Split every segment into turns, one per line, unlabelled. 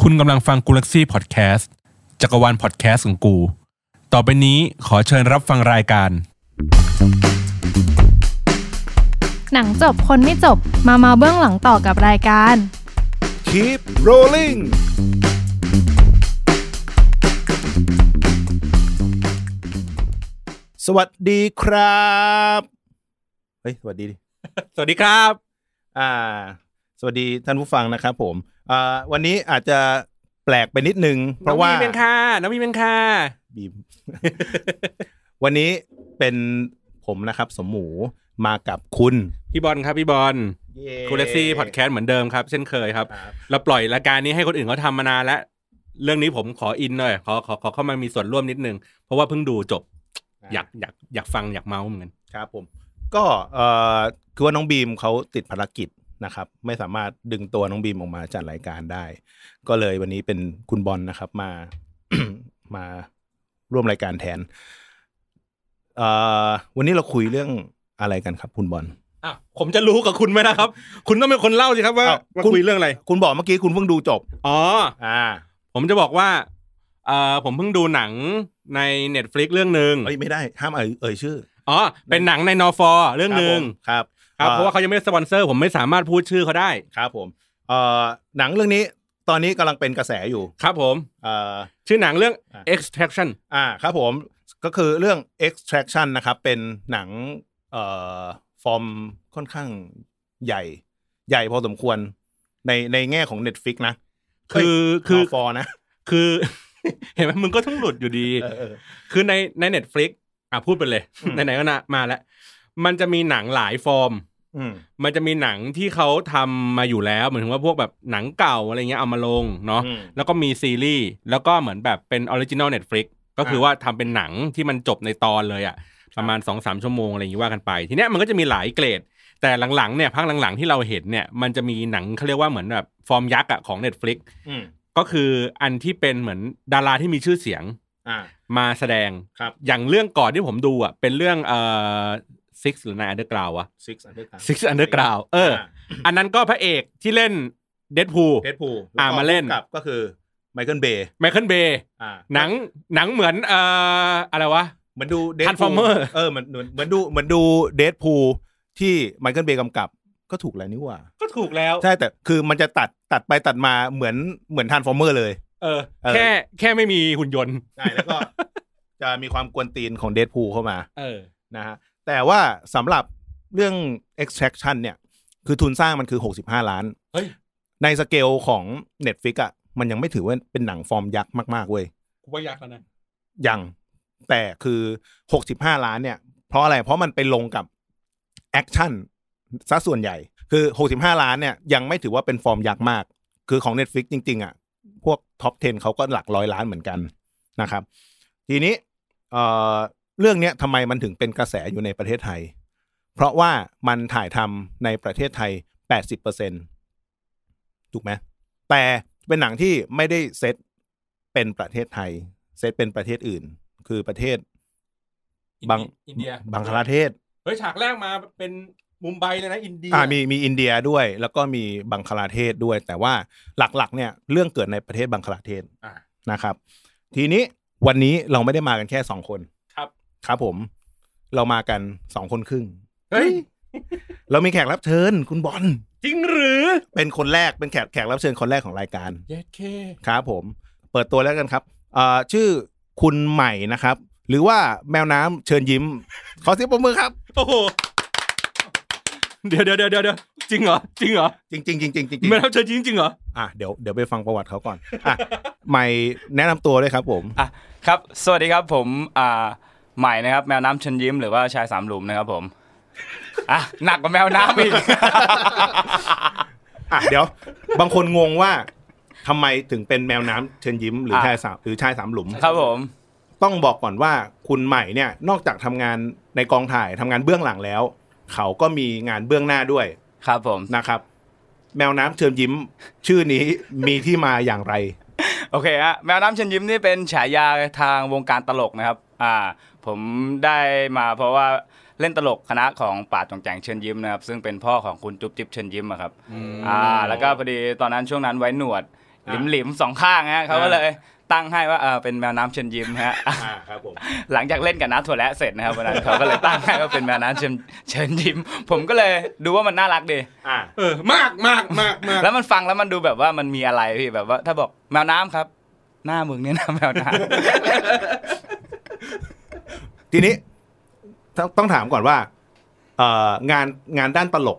คุณกำลังฟังกูลักซี่พอดแคสต์จักรวาลพอดแคสต์ของกู ต่อไปนี้ขอเชิญรับฟังรายการ
หนังจบคนไม่จบมาเมาเบื้องหลังต่อกับรายการ
Keep rolling สวัสดีครับ เฮ้ย สวัสดีดิ
สวัสดีครับ
อ่า สวัสดีท่านผู้ฟังนะครับผมอ่าวันนี้อาจจะแปลกไปนิดนึง เพราะว่า
น้องมีเป็นค่ะน้องมีเป็นค่ะ
บีม วันนี้เป็นผมนะครับ สมหมูมากับคุณ
พี่บอลครับพี่บอลกูลักซี่พอดแคสต์เหมือนเดิมครับเช่นเคยครับ
ครับ
เราปล่อยรายการนี้ให้คนอื่นเขาทำมานานแล้ว เรื่องนี้ผมขออินหน่อยขอขอขอเข้ามามีส่วนร่วมนิดนึง เพราะว่าเพิ่งดูจบ อยากอยากอยากฟังอยากเมาส์เหมือนกัน
ครับผมก็เอ่อคือว่าน้องบีมเขาติดภารกิจนะครับ ไม่สามารถดึงตัวน้องบีมออกมาจัดรายการได้ ก็เลยวันนี้เป็นคุณบอลนะครับมา มาร่วมรายการแทนเอ่อวันนี้เราคุยเรื่องอะไรกันครับ คุณบอล
อ่ะผมจะรู้กับคุณไหมนะครับ คุณต้องเป็นคนเล่าสิครับว่า
อ้าว
ว่า
คุณ
คุยเรื่องอะไร
คุณบอกเมื่อกี้คุณเพิ่งดูจบ
อ๋อ
อ่า
ผมจะบอกว่าเอ่อผมเพิ่งดูหนังใน Netflix เรื่องหนึ่ง
เอ้ยไม่ได้ห้ามเอ่ยเอ่ยชื่อ
อ๋อ เป็นหนังในนอฟอเรื่องหนึ่ง
ครับผม
ครับ เพราะว่าเขายังไม่สปอนเซอร์ ผมไม่สามารถพูดชื่อเขาได้
ครับผมเอ่อหนังเรื่องนี้ตอนนี้กำลังเป็นกระแสอยู่
ครับผม
เอ่อ
ชื่อหนังเรื่อง
อ่ะ
Extraction
อ่าครับผมก็คือเรื่อง extraction นะครับ เป็นหนังเอ่อฟอร์มค่อนข้างใหญ่ ใหญ่พอสมควรในในแง่ของ Netflix นะ
คือ
เย
คือ
ฟอร์นะ
คือ เห็นไหมมึงก็ต้องหลุดอยู่ดี
เออเออ
คือในใน Netflix อ่ะพูดไปเลย
อืม
ไหนๆก็นะมาแล้ว มันจะมีหนังหลายฟอร์ม
อืม
มันจะมีหนังที่เขาทำมาอยู่แล้วเหมือนถึงว่าพวกแบบหนังเก่าอะไรเงี้ยเอามาลงเนาะ
อืม
แล้วก็มีซีรีส์แล้วก็เหมือนแบบเป็นออริจินอลเน็ตฟลิกก็คือว่าทำเป็นหนังที่มันจบในตอนเลยอะ่ะประมาณ2อสามชั่วโมงอะไรอย่างนี้ว่ากันไป ทีเนี้ยมันก็จะมีหลายเกรด แต่หลังๆเนี่ยพักหลังๆที่เราเห็นเนี่ยมันจะมีหนังเขาเรียกว่าเหมือนแบบฟอร์มยักษ์อะของ Netflix
อืม
ก็คืออันที่เป็นเหมือนดาราที่มีชื่อเสียง
อ่า
มาแสดง
ครับ
อย่างเรื่องก่อนที่ผมดูอะ่ะเป็นเรื่องเอ่อ six หรือ nine underground อะ
six underground
six underground เออ อันนั้นก็พระเอกที่เล่นเดดพูล
เดดพู
อ่ามาเล่น
กับก็คือไมเคิลเบย์
ไมเคิลเบย์
อ่า
หนังหนังเหมือนเอ่ออะไรวะ
เหมือนดู Deadpool
Transformer
เออเหมือนเหมือนเหมือนดูเหมือนดูเดดพูที่ไมเคิลเบย์กำกับก็ถูกแล้วนี่หว่า
ก็ถูกแล้ว
ใช่แต่คือมันจะตัดตัดไปตัดมาเหมือนเหมือนทานฟอร์เมอร์เลย
เออ
เออ
แค่แค่ไม่มีหุ่นยนต์
ใช่แล้ว ก็ จะมีความกวนตีนของเดดพูเข้ามา
เออ
นะฮะแต่ว่าสำหรับเรื่อง extraction เนี่ย คือทุนสร้างมันคือ 65 ล้าน
เฮ้ย
ในสเกลของ Netflix อะ่ะมันยังไม่ถือว่าเป็นหนังฟอร์มยักษ์มาก ๆ เว้ย
กูว่ายากแล้วนะ
ยัง แต่คือ 65 ล้านเนี่ย เพราะอะไร เพราะมันไปลงกับแอคชั่นซะส่วนใหญ่ คือ 65 ล้านเนี่ย ยังไม่ถือว่าเป็นฟอร์มยักษ์มาก คือของ Netflix จริง ๆ อ่ะ พวกท็อป 10เขาก็หลักร้อยล้านเหมือนกันนะครับ ทีนี้เอ่อเรื่องเนี้ยทำไมมันถึงเป็นกระแสอยู่ในประเทศไทย เพราะว่ามันถ่ายทำในประเทศไทย 80%ถูกไหม แต่เป็นหนังที่ไม่ได้เซตเป็นประเทศไทย เซตเป็นประเทศอื่น คือประเทศ
อินเดีย
บัง
อินเดีย
บังคลาเทศ
เฮ้ย ฉากแรกมาเป็นมุมไบเลยนะ อินเดีย
อ่ามีมีอินเดียด้วย แล้วก็มีบังคลาเทศด้วย แต่ว่าหลักๆ เนี่ยเรื่องเกิดในประเทศบังคลาเทศ
อ่ะ
นะครับ ทีนี้วันนี้เราไม่ได้มากันแค่สองคน
ครับ
ครับผม เรามากันสองคนครึ่ง
เฮ้ย
เรามีแขกรับเชิญคุณบอล
จริงหรือ
เป็นคนแรกเป็นแขกแขกรับเชิญคนแรกของรายการ
เยสเค
ครับผม เปิดตัวแล้วกันครับเอ่อชื่อคุณใหม่นะครับ หรือว่าแมวน้ำเชิญยิ้ม ขอเสียงปรบมือครับ
โอ้โห เดี๋ยวเดี๋ยวเดี๋ยวเดี๋ยวจริงเหรอ จริงเหรอ
จริงจริงจริงจริงจริง
ไม่รับเชิญจริงจริงเหรอ
อ่ะเดี๋ยวเดี๋ยวไปฟังประวัติเขาก่อนอ่ะใหม่แนะนำตัวด้วยครับผม
อ่ะครับ สวัสดีครับผมอ่าใหม่นะครับ แมวน้ำเชนยิ้มหรือว่าชายสามหลุมนะครับผมอ่ะหนักกว่าแมวน้ำอีก
อ่ะเดี๋ยว บางคนงงว่าทำไมถึงเป็นแมวน้ำเชิญยิ้มหรือ
อ่ะ
ชายสามหรือชายสามหลุม
ครับผม
ต้องบอกก่อนว่าคุณใหม่เนี่ยนอกจากทำงานในกองถ่ายทำงานเบื้องหลังแล้ว เขาก็มีงานเบื้องหน้าด้วย
ครับผม
นะครับ แมวน้ำเชิญยิ้ม ชื่อนี้มีที่มาอย่างไร
โอเคฮะแมวน้ำเชนยิ้มนี่เป็นฉายาทางวงการตลกนะครับอ่าผมได้มาเพราะว่าเล่นตลกคณะของป่าจงแจงเชิญยิ้มนะครับ ซึ่งเป็นพ่อของคุณจุ๊บจิ๊บเชิญยิ้มอะครับอ่าแล้วก็พอดีตอนนั้นช่วงนั้นไว้หนวด หลิมหลิมๆสองข้างฮะเขาก็เลยตั้งให้ว่าเออเป็นแมวน้ำเชิญยิ้มฮะ
อ่าครับผม
หลังจากเล่นกับน้าถั่วและเสร็จนะครับวันนั้นเขาก็เลยตั้งให้ว่าเป็นแมวน้ำเชิญเชิญยิ้ม ผมก็เลยดูว่ามันน่ารักดี
อ่า
เออมากมากมากมาก
แล้วมันฟังแล้วมันดูแบบว่ามันมีอะไรพี่แบบว่า ถ้าบอกแมวน้ำครับ หน้ามึงเนี่ยนะแมวน้
ทีนี้ต้องต้องถามก่อนว่าเอ่องานงานด้านตลก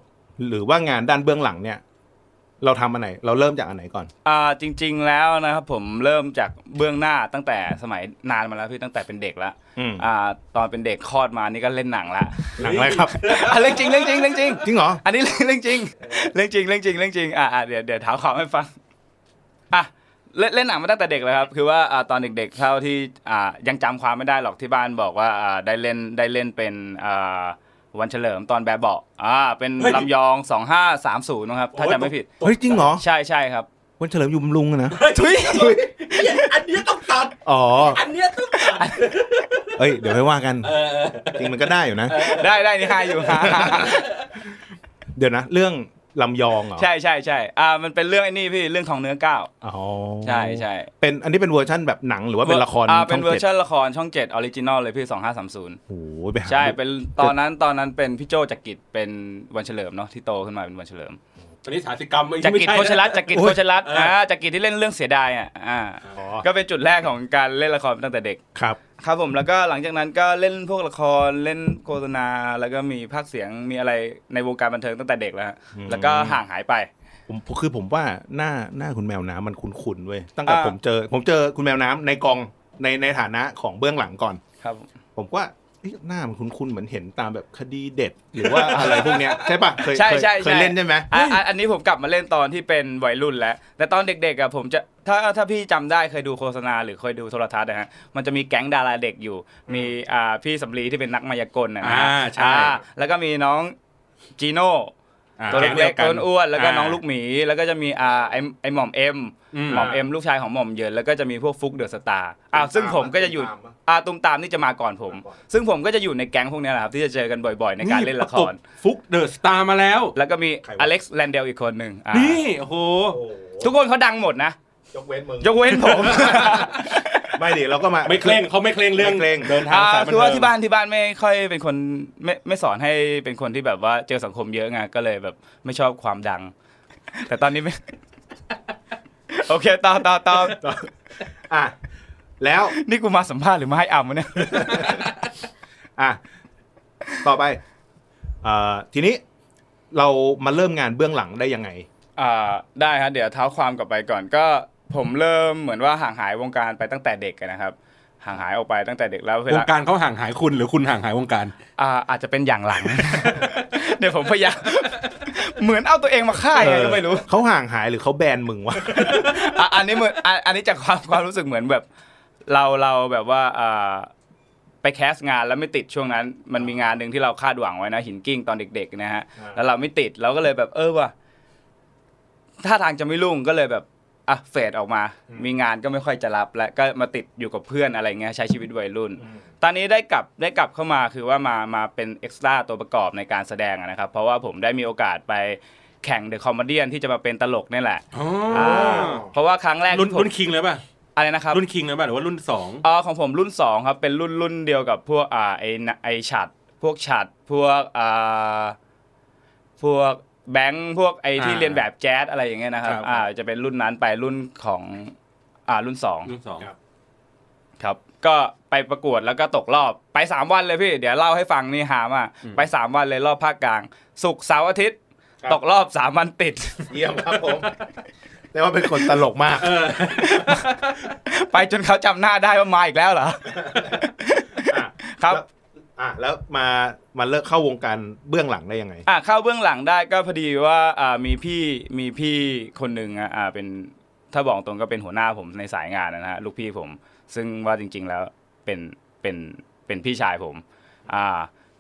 หรือว่างานด้านเบื้องหลังเนี่ย เราทำอันไหน เราเริ่มจากอันไหนก่อน
ำอ่าจริง ๆ แล้วนะครับผมเริ่มจากเบื้องหน้าตั้งแต่สมัยนานมาแล้วพี่ตั้งแต่เป็นเด็กละ
อืม
อ่าตอนเป็นเด็กคลอดมานี่ก็เล่นหนังละ
หนังอะไรครับ
อ่ะเรื่องจริงเรื่องจริงเรื่องจริง
จริงเหรอ
อันนี้ เรื่องเรื่องจริงเรื่องจริงเรื่องจริงเรื่องจริงอ่ะอ่ะเดี๋ยวเดี๋ยวถามความให้ฟังอ่ะเล่นเล่นหนังมาตั้งแต่เด็กเลยครับ คือว่าอ่ะตอนเด็ก ๆ เท่าที่อ่ะยังจำความไม่ได้หรอกที่บ้านบอกว่าอ่ะได้เล่นได้เล่นเป็นอ่ะวันเฉลิมตอนแบบเบาะอ่าเป็น
เฮ้ย
ลำยอง2530นะครับถ้าจำไม่ผิด
เฮ้ยจริงเหรอ
ใช่ใช่ครับ
วันเฉลิมอยุมลุงอะนะ
ทุย
อันนี้ต้องตัด
อ๋อ
อันนี้ต้องตัด
เอ้ย เดี๋ยวให้ว่ากัน จริงมันก็ได้อยู่นะ
ได้ได้นี่ฮาอยู่ ฮา
เดี๋ยวนะ เรื่องลำยองเหรอ
ใช่ใช่ใช่อ่ะมันเป็นเรื่องไอ้นี่พี่เรื่องทองเนื้อก้าว
อ๋อ
ใช่ใช่
เป็นอันนี้เป็นเวอร์ชั่นแบบหนังหรือว่าเป็นละคร
อ่ะเป็น
ช่
เว
องจ็ด
อร์ชันละครช่องเจ็ดออริจินอลเลยพี่2530
โอ้โหไปหา
ใช่
ดู
เป็นตอนนั้นตอนนั้นเป็นพี่โจจักริดเป็นวันเฉลิมเนาะที่โตขึ้นมาเป็นวันเฉลิม
อันนี้สาสิกรรม
จักริดโคชรัตน์จักริดโคชรัตน์
เออ
อ่า
อ่า
จักริดที่เล่นเรื่องเสียดายอ่ะอ่า
อ๋อ
ก็เป็นจุดแรกของการเล่นละครตั้งแต่เด็ก
ครับ
ครับผมแล้วก็หลังจากนั้นก็เล่นพวกละครเล่นโฆษณาแล้วก็มีภาคเสียงมีอะไรในวงการบันเทิงตั้งแต่เด็กแล้วฮะ
อืม
แล้วก็ห่างหายไป
ผมคือผมว่าหน้าหน้าคุณแมวน้ำมันคุ้นๆเว้ยตั้งแต่
อ่า
ผมเจอ ผมเจอคุณแมวน้ำในกองในในฐานะของเบื้องหลังก่อน
ครับ
ผมว่าเอ๊ะหน้ามันคุ้นๆเหมือนเห็นตามแบบคดีเด็ด หรือว่า อะไรพวกเนี้ยใช่ปะเคย
ใช่
เคย
ใช่
เคยเล่นใช่ไหม
อ่ะอ่ะอันนี้ผมกลับมาเล่นตอนที่เป็นวัยรุ่นแล้ว แต่ตอนเด็กๆอ่ะผมจะถ้าถ้าพี่จำได้เคยดูโฆษณาหรือเคยดูโทรทัศน์นะฮะมันจะมีแก๊งดาราเด็กอยู่ มีอ่าพี่สำลีที่เป็นนักมายากลนะฮะ
อ่าใช่
อ่าแล้วก็มีน้องจีโน่ตัวเล็กๆตัวอ้วนๆแล้วก็น้องลูกหมีแล้วก็จะมีอ่าไอไอหม่อมเอ็มหม่อมเอ็มลูกชายของหม่อมเหยินแล้วก็จะมีพวกฟุกเดอะสตาร์อ่าซึ่งผมก็จะอยู่อ่าตุมตามนี่จะมาก่อนผม ซึ่งผมก็จะอยู่ในแก๊งพวกเนี้ยแหละครับที่จะเจอกันบ่อยๆ ในการเล่นละคร
ฟุกเดอะสตาร์มาแล้ว
แล้วก็มี
ใครวะ
อเล็กซ์แลนเดลอีกคนหนึ่งอ่า
นี่โอ้โห
ทุกคนเขาดังหมดนะ
ยกเว้นมึง
ยกเว้นผม
ไม่ดิเราก็มา
ไม่เคร่งเขาไม่เคร่งเรื่อง
ไม่เคร่ง
เดินทาง
อ่า
สายบัน
คือ
เทิ
ว่าง ที่บ้านที่บ้านไม่ค่อยเป็นคนไม่ไม่สอนให้เป็นคนที่แบบว่าเจอสังคมเยอะไงก็เลยแบบไม่ชอบความดัง แต่ตอนนี้ไม่ โอเคต่อต่อต่อ
อ่ะแล้ว
นี่กูมาสัมภาษณ์หรือมาให้อ่ำวะเนี่ย
อ่ะต่อไปเอ่อทีนี้เรามาเริ่มงานเบื้องหลังได้ยังไง
อ่าได้ครับเดี๋ยวเท้าความกลับไปก่อนก็ผมเริ่มเหมือนว่าห่างหายวงการไปตั้งแต่เด็กอะนะครับ ห่างหายออกไปตั้งแต่เด็กแล้วเว
วง
ลา
การเขาห่างหายคุณหรือคุณห่างหายวงการ
อ่าอาจจะเป็นอย่างหลัง เดี๋ยวผมพยายาม เหมือนเอาตัวเองมาฆ่ายังไงก็ไม่รู้
เขาห่างหายหรือเขาแบนมึงวะ
อ่ะอันนี้เหมือนอ่ะอันนี้จากความความรู้สึกเหมือนแบบ เราเราแบบว่าอ่าไปแคสต์งานแล้วไม่ติดช่วงนั้น มันมีงานหนึ่งที่เราคาดหวังไว้นะ หินกิ้งตอนเด็ก ๆ นะฮะ
อ่า
แล้วเราไม่ติดเราก็เลยแบบเออว่ะท่าทางจะไม่รุ่งก็เลยแบบอ่ะเฟดออกมา มีงานก็ไม่ค่อยจะรับ และก็มาติดอยู่กับเพื่อนอะไรเงี้ยใช้ชีวิตวัยรุ่น ตอนนี้ได้กลับได้กลับเข้ามาคือว่ามามาเป็นเอ็กซ์ตร้าตัวประกอบในการแสดงอะนะครับ เพราะว่าผมได้มีโอกาสไปแข่งเดอะคอมเมดี้ที่จะมาเป็นตลกนี่แหละ
อ๋อ
อ่าเพราะว่าครั้งแรก
รุ่น
ที่ผม
รุ่นคิงเลยป่ะ
อะไรนะครับ
รุ่นคิงเลยป่ะหรือว่ารุ่นสอง
อ๋อของผมรุ่น 2 ครับ เป็นรุ่นรุ่นเดียวกับพวกอ่าไอนะไอฉัดพวกฉัดพวกอ่าพวกแบงค์พวกไอที่เรียนแบบแจ๊สอะไรอย่างเงี้ยนะครับอ่าจะเป็นรุ่นนั้นไปรุ่นของอ่ารุ่นสอง
รุ่นสอง
ครับก็ไปประกวดแล้วก็ตกรอบไป 3 วันเลยพี่ เดี๋ยวเล่าให้ฟังนี่หามากไป 3 วันเลยรอบภาคกลาง ศุกร์เสาร์อาทิตย์
ครับ
ตกรอบ 3 วันติด
เยี่ยมครับผมแต่ว่าเป็นคนตลกมาก
เออ
ไปจนเขาจำหน้าได้ว่ามาอีกแล้วเหรอ
อ่ะ
ครับ
แล้วอ่ะแล้วมามาเลิกเข้าวงการเบื้องหลังได้ยังไง
อ่ะเข้าเบื้องหลังได้ก็พอดีว่าอ่ามีพี่มีพี่คนหนึ่งอ่ะอ่าเป็นถ้าบอกตรงก็เป็นหัวหน้าผมในสายงานนะฮะลูกพี่ผม ซึ่งว่าจริง ๆ แล้วเป็นเป็นเป็นพี่ชายผมอ่า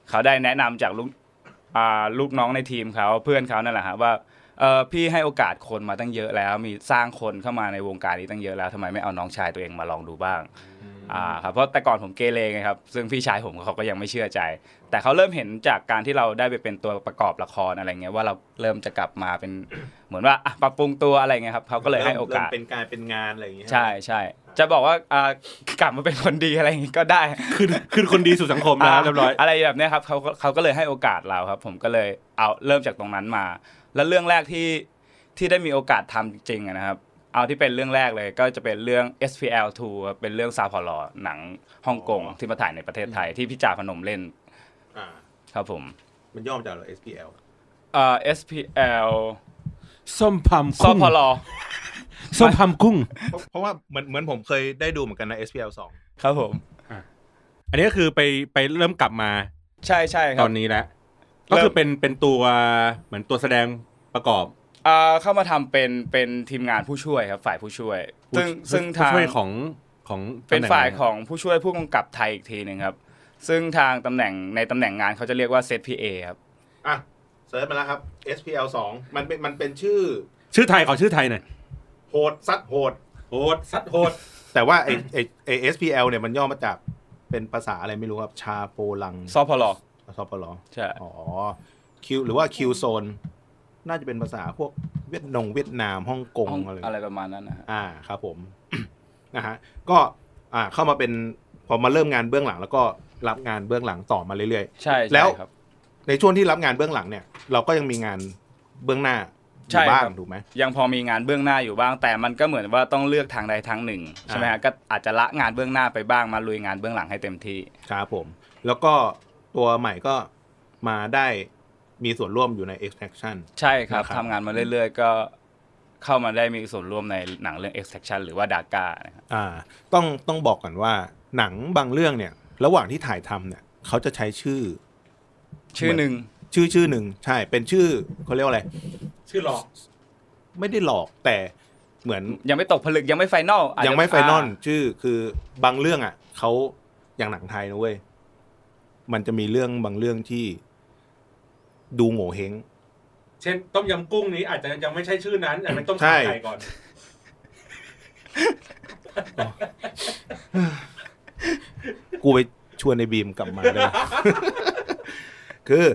เขาได้แนะนำจากลูกอ่าลูกน้องในทีมเขาเพื่อนเขานั่นแหละฮะว่าเออพี่ให้โอกาสคนมาตั้งเยอะแล้ว มีสร้างคนเข้ามาในวงการนี้ตั้งเยอะแล้วทำไมไม่เอาน้องชายตัวเองมาลองดูบ้าง อ่าครับเพราะแต่ก่อนผมเกเรไงครับ ซึ่งพี่ชายผมเขาก็ยังไม่เชื่อใจ แต่เขาเริ่มเห็นจากการที่เราได้ไปเป็นตัวประกอบละครอะไรเงี้ยว่าเราเริ่มจะกลับมาเป็น เหมือนว่าอ่ะปรับปรุงตัวอะไรเงี้ยครับเขาก็เลยให้โอกาส
เริ่มเป็นการเป็นงานอะไรอย่างเงี้ย
ใช่ใช่จะบอกว่าอ่ากลับมาเป็นคนดีอะไรอย่างงี้ก็ได้
คือคือคนดีสู่สังคมนะครับเรียบร้อย
อะไรแบบเนี้ยครับเขาก็เขาก็เลยให้โอกาสเราครับ ผมก็เลยเอาเริ่มจากตรงนั้นมา แล้วเรื่องแรกที่ที่ได้มีโอกาสทำจริงๆอะนะครับ เอาที่เป็นเรื่องแรกเลยก็จะเป็นเรื่อง SPL 2ครับเป็นเรื่องซาพอลอหนังฮ่องกงที่มาถ่ายในประเทศไทยที่พี่จ่าพนมเล่น
อ่า
ครับผม
มันย่อมาจากอะไร SPL
เอ่อ SPL
ส้มพำ
ซอ
กุ้ง
พอลอ
ส้มพำกุ้ง
เพราะว่าเหมือนเหมือนผมเคยได้ดูเหมือนกันนะ SPL สอง
ครับผม
อันนี้ก็คือไปไปเริ่มกลับมา
ใช่ใช่ค
ต
รั
อบ นนี้แล้ว
เริ่ม
ก็คือเป็นเป็นตัวเหมือนตัวแสดงประกอบ
อ่าเข้ามาทำเป็นเป็นทีมงานผู้ช่วยครับฝ่ายผู้ช่วย ซึ่ง
ผู้
ซึ่ง
ผู้
ทาง
ช่วยของของ
เป็นฝ่า
ตำแห
ย
น่งอะไร
ของผู้ช่วยผู้กำกับไทยอีกทีหนึ่งครับ ซึ่งทางตำแหน่งในตำแหน่งงานเขาจะเรียกว่า ZPA ครับ
อ่ะเซิร์ชมาแล้วครับ SPL สองมันเป็นมันเป็นชื่อ
ชื่อไทยขอชื่อไทยหน่อย
โหดซัดโหด
โหดซัดโหด
แต่ว่าไอไอไอ SPL เนี่ยมันย่อมาจากเป็นภาษาอะไรไม่รู้ครับชาโปลัง
ซอพอลอก
ซอปลอ
ใช่
อ๋อคิวหรือว่าคิวโซน น่าจะเป็นภาษาพวกเวียดนงเวียดนามฮ่องกงอะไร
อะไรประมาณนั้นนะฮะ
อ่าครับผม นะฮะก็อ่าเข้ามาเป็นพอมาเริ่มงานเบื้องหลัง แล้วก็รับงานเบื้องหลังต่อมาเรื่อย
ใช่
แล้
ใช่
ว
ครับ
ๆ ในช่วงที่รับงานเบื้องหลังเนี่ย เราก็ยังมีงานเบื้องหน้าอ
ใช่
ยู่บ้าง
ครับ
ถูกไหม
ยังพอมีงานเบื้องหน้าอยู่บ้าง แต่มันก็เหมือนว่าต้องเลือกทางใดทางหนึ่งใช่ไหมฮะก็อาจจะละงานเบื้องหน้าไปบ้างมาลุยงานเบื้องหลังให้เต็มที่
ครับผม แล้วก็ตัวใหม่ก็มาได้มีส่วนร่วมอยู่ใน extraction
ใช่ครับ
นะครับ
ทำงานมาเรื่อย ๆ ก็เข้ามาได้มีส่วนร่วมในหนังเรื่อง extraction หรือว่าดากานะครับ
อ่าต้องต้องบอกก่อนว่า หนังบางเรื่องเนี่ย ระหว่างที่ถ่ายทำเนี่ยเขาจะใช้ชื่อ
ชื่อหนึ่ง
ชื่อชื่อหนึ่งใช่เป็นชื่อเขาเรียกว่าอะไร
ชื่อหลอก
ไม่ได้หลอกแต่เหมือน
ยังไม่ตกผลึกยังไม่ไฟนอล
ยังไม่ไฟนอลชื่อคือบางเรื่องอ่ะเขาอย่างหนังไทยนะเว้ยมันจะมีเรื่องบางเรื่องที่ดูโง่เฮง
เช่นต้มยำกุ้งนี้อาจจะยังไม่ใช่ชื่อนั้นอาจจะเป็นต้ม
ใช่
ขาไก่ก่อน
กูไปชวนในบีมกลับมา เลย คือ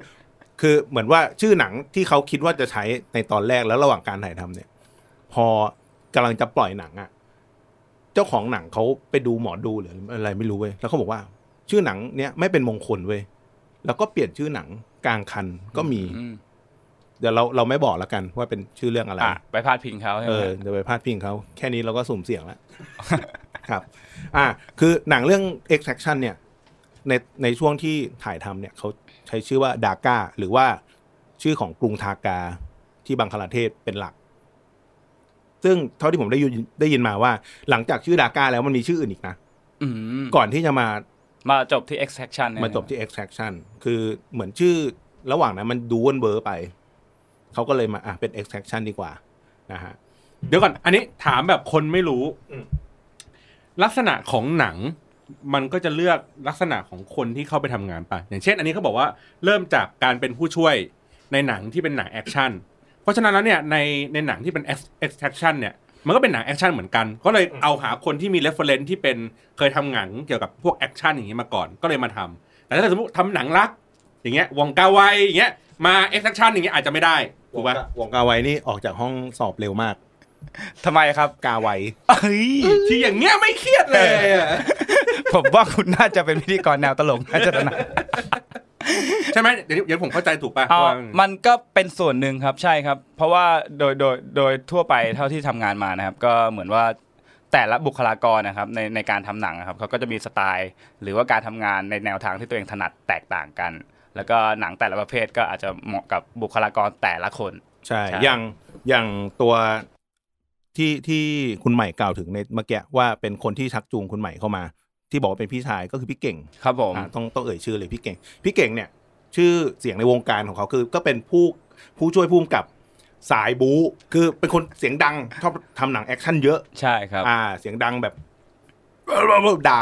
คือเหมือนว่าชื่อหนังที่เขาคิดว่าจะใช้ในตอนแรกแล้วระหว่างการถ่ายทำเนี่ย พอกำลังจะปล่อยหนังอะ่ะ เจ้าของหนังเขาไปดูหมอดูหรืออะไรไม่รู้เว้ยแล้วเขาบอกว่า ชื่อหนังเนี้ยไม่เป็นมงคลเว้ยแล้วก็เปลี่ยนชื่อหนังกลางคันก็มี
อืม
เดี๋ยวเราเราไม่บอกแล้วกันว่าเป็นชื่อเรื่องอะไร
อ่ะไปพาดพิงเขาใช่ไห
เอ
ม
อเดี๋ยวไปพาดพิงเขาแค่นี้เราก็สุ่มเสี่ยง แล้ว ครับ อ่ะคือหนังเรื่อง extraction เนี่ย ในในช่วงที่ถ่ายทำเนี่ยเขาใช้ชื่อว่าดาก้า หรือว่าชื่อของกรุงทากาที่บังคลาเทศเป็นหลัก ซึ่งเท่าที่ผมได้ยินได้ยินมาว่า หลังจากชื่อดาก้าแล้วมันมีชื่ออื่นอีกนะ
อืม
ก่อนที่จะมา
มาจบที่ extraction เนี่ย
มาจบที่ extraction คือเหมือนชื่อระหว่างนั้นมันดูวนเบอร์ไป เขาก็เลยมาอ่ะเป็น extraction ดีกว่านะฮะ
เดี๋ยวก่อน อันนี้ถามแบบคนไม่รู้
อืม
ลักษณะของหนัง มันก็จะเลือกลักษณะของคนที่เข้าไปทำงานไป อย่างเช่น อันนี้เขาบอกว่าเริ่มจากการเป็นผู้ช่วยในหนังที่เป็นหนังแอคชั่น เพราะฉะนั้นแล้วเนี่ยในในหนังที่เป็น ex- extraction เนี่ย มันก็เป็นหนังแอคชั่นเหมือนกัน ก็เลยเอาหาคนที่มี reference ที่เป็นเคยทำหนังเกี่ยวกับพวกแอคชั่นอย่างนี้มาก่อน ก็เลยมาทำแต่ถ้าสมมติทำหนังรัก อย่างเงี้ยวองกาไวอย่างเงี้ยมา extraction อย่างเงี้ยอาจจะไม่ได้
ถู
ถู
ก
ก
ปะ
ปะ
วงกาไวนี่ออกจากห้องสอบเร็วมาก
ทำไมครับ
กาไว
เฮ้ย
ที่อย่างเงี้ยไม่เครียดเลยอะ
ผมว่าคุณน่าจะเป็นพิธีกรแนวตลกน่าจะถนัด
ใช่ไหมเดี๋ยวเดี๋ยวผมเข้าใจถูกป่ะ
เอา
ว่า
มันก็เป็นส่วนหนึ่งครับใช่ครับ เพราะว่าโดยโดยโดยทั่วไปเท่าที่ทำงานมานะครับ ก็เหมือนว่าแต่ละบุคลากรนะครับในในการทำหนังนะครับเขาก็จะมีสไตล์ หรือว่าการทำงานในแนวทางที่ตัวเองถนัดแตกต่างกัน แล้วก็หนังแต่ละประเภทก็อาจจะเหมาะกับบุคลากรแต่ละคน
ใช่
ใช่
อย่างอย่างตัวที่ที่คุณใหม่กล่าวถึงในเมื่อกี้ว่าเป็นคนที่ชักจูงคุณใหม่เข้ามา ที่บอกว่าเป็นพี่ชายก็คือพี่เก่ง
ครับผม
อ่ะต้องต้องเอ่ยชื่อเลยพี่เก่ง พี่เก่งเนี่ย ชื่อเสียงในวงการของเขาคือ ก็เป็นผู้ผู้ช่วยผู้กำกับสายบู๊คือเป็นคนเสียงดังชอบทำหนังแอคชั่นเยอะ
ใช่ครับ
อ่า เสียงดังแบบด่า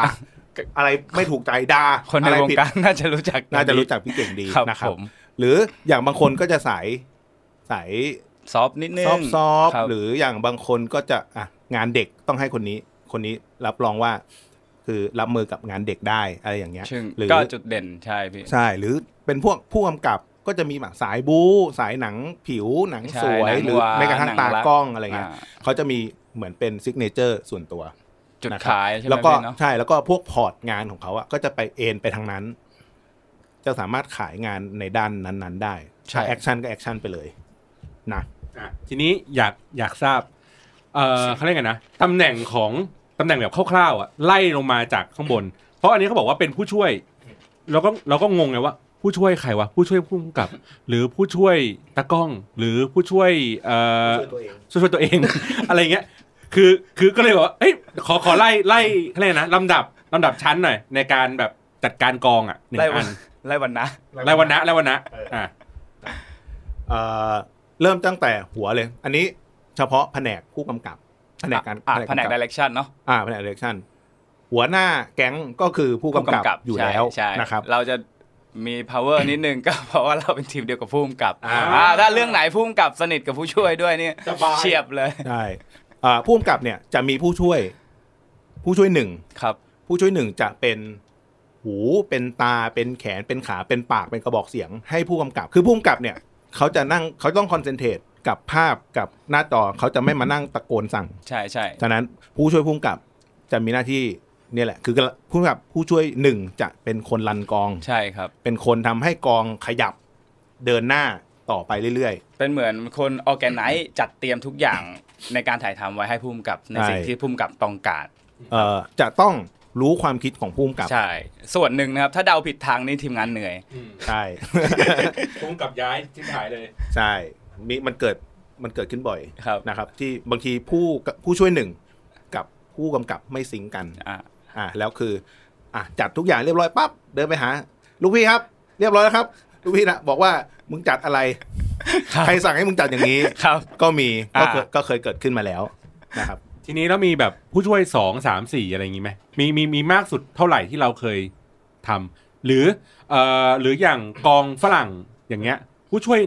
อะไรไม่ถูกใจด่า
คนใน
อะไร
วง
ผิด
การน่าจะรู้จัก
น่าจะรู้จักพี่เก่งดี
ครับ
นะครับ
ผม
หรืออย่างบางคนก็จะสายสาย
ซอฟต์นิดนึง
ซอฟซอฟ
คบ
หรืออย่างบางคนก็จะอ่ะงานเด็กต้องให้คนนี้ คนนี้รับรองว่า คือรับมือกับงานเด็กได้อะไรอย่างเงี้ย
ซึ่ง
หรือ
ก็จุดเด่นใช่พี่
ใช่หรือเป็นพวกผู้กำกับก็จะมีแบบสายบู๊สายหนังผิวหนัง
ใช่
สวย
หนัง
หรือ
วาน
แม้กระทั่ง
หนัง
ตา
รัก
กล้องอะไรเงี้ย
อ่า
เขาจะมีเหมือนเป็นซิกเนเจอร์ส่วนตัว
จุด
นะครับ
ขายใช่ไหม
แล้วก็
พี่เนาะ
ใช่แล้วก็พวกพอร์ตงานของเขาอะก็จะไปเอนไปทางนั้น จะสามารถขายงานในด้านนั้นๆได้ถ้าแอคชั่นก็แอคชั่นไปเลยนะ
อ่ะทีนี้อยากอยากทราบ เออเขาเรียกไงนะตำแหน่งของตำแหน่งแบบคร่าวๆอ่ะไล่ลงมาจากข้างบน เพราะอันนี้เขาบอกว่าเป็นผู้ช่วยเราก็เราก็งงไงว่า ผู้ช่วยใครวะผู้ช่วยผู้กำกับ หรือผู้ช่วยตากล้อง หรือผู้ช่วยเอ่อช่วยช่วยตัวเอง อะไรเงี้ยคือคือก็เลยบอกว่าเอ้ยขอขอไล่ไล่เขาเรียกไงนะลำดับลำดับชั้นหน่อยในการแบบจัดการกองอ่ะหนึ่ง
ไล่วั
อั
น
น
ไล่วันนะ
ไล่วันนะไล่วันนะอ่ะ
เอ่อเริ่มตั้งแต่หัวเลย อันนี้เฉพาะแผนกผู้กำกับแผนกการ
อ่ะ
กำ
แผ
กับ
นกดิเรกชันเนาะ
อ่าแผนกเดเรคชั่นหัวหน้าแก๊งก็คือผู้กำกับอยู่
ใช่
แล้ว
ใช่
นะครับ
เราจะมี power นิดนึง ก็ เพราะว่าเราเป็นทีมเดียวกับผู้กำกับ
อ่า
อ่าถ้าเรื่องไหนผู้กำกับสนิทกับผู้ช่วยด้วยเนี่ยเฉียบเลย
ใช่อ่าผู้กำกับเนี่ยจะมีผู้ช่วย ผู้ช่วยหนึ่ง
ครับ
ผู้ช่วยหนึ่งจะเป็นหูเป็นตาเป็นแขนเป็นขาเป็นปากเป็นกระบอกเสียง ให้ผู้กำกับ คือผู้กำกับเนี่ยเขาจะนั่งเขาต้องคอนเซนเทรตกับภาพกับหน้าจอเขาจะไม่มานั่งตะโกนสั่ง
ใช่ใช่
ฉะนั้นผู้ช่วยผู้กำกับจะมีหน้าที่เนี่ยแหละ คือผู้กำกับผู้ช่วยหนึ่งจะเป็นคนรันกอง
ใช่ครับ
เป็นคนทำให้กองขยับเดินหน้าต่อไปเรื่อย
เป็นเหมือนคนออแกไนซ์จัดเตรียมทุกอย่างในการถ่ายทำไว้ให้ผู้กำกับในสิ่ง
ใช่
ที่ผู้กำกับต้องการ
ๆ เอ่อจะต้องรู้ความคิดของผู้กำกับ
ใช่ ส่วนหนึ่งนะครับ ถ้าเดาผิดทางนี่ทีมงานเหนื่อย
ใช่
พุ่งกับย้ายทิ้งหายเลย
ใช่มีมันเกิดมันเกิดขึ้นบ่อย
ครับ
นะครับ ที่บางทีผู้ผู้ช่วยหนึ่งกับผู้กำกับไม่ซิงก์กัน
อ่ะ
อ่ะแล้วคืออ่ะจัดทุกอย่างเรียบร้อยปั๊บเดินไปหา ลูกพี่ครับ เรียบร้อยแล้วครับลูกพี่นะบอกว่ามึงจัดอะไรใครสั่งให้มึงจัดอย่างนี้
ครับ
ก็มีก็เคย
อ่า
ก็เคยเกิดขึ้นมาแล้วนะครับ
ทีนี้แล้วมีแบบผู้ช่วยสองสามสี่อะไรอย่างนี้ไหมมีมีมีมากสุดเท่าไหร่ที่เราเคยทำหรือเอ่อหรืออย่างกองฝรั่งอย่างเงี้ย ผู้ช่วย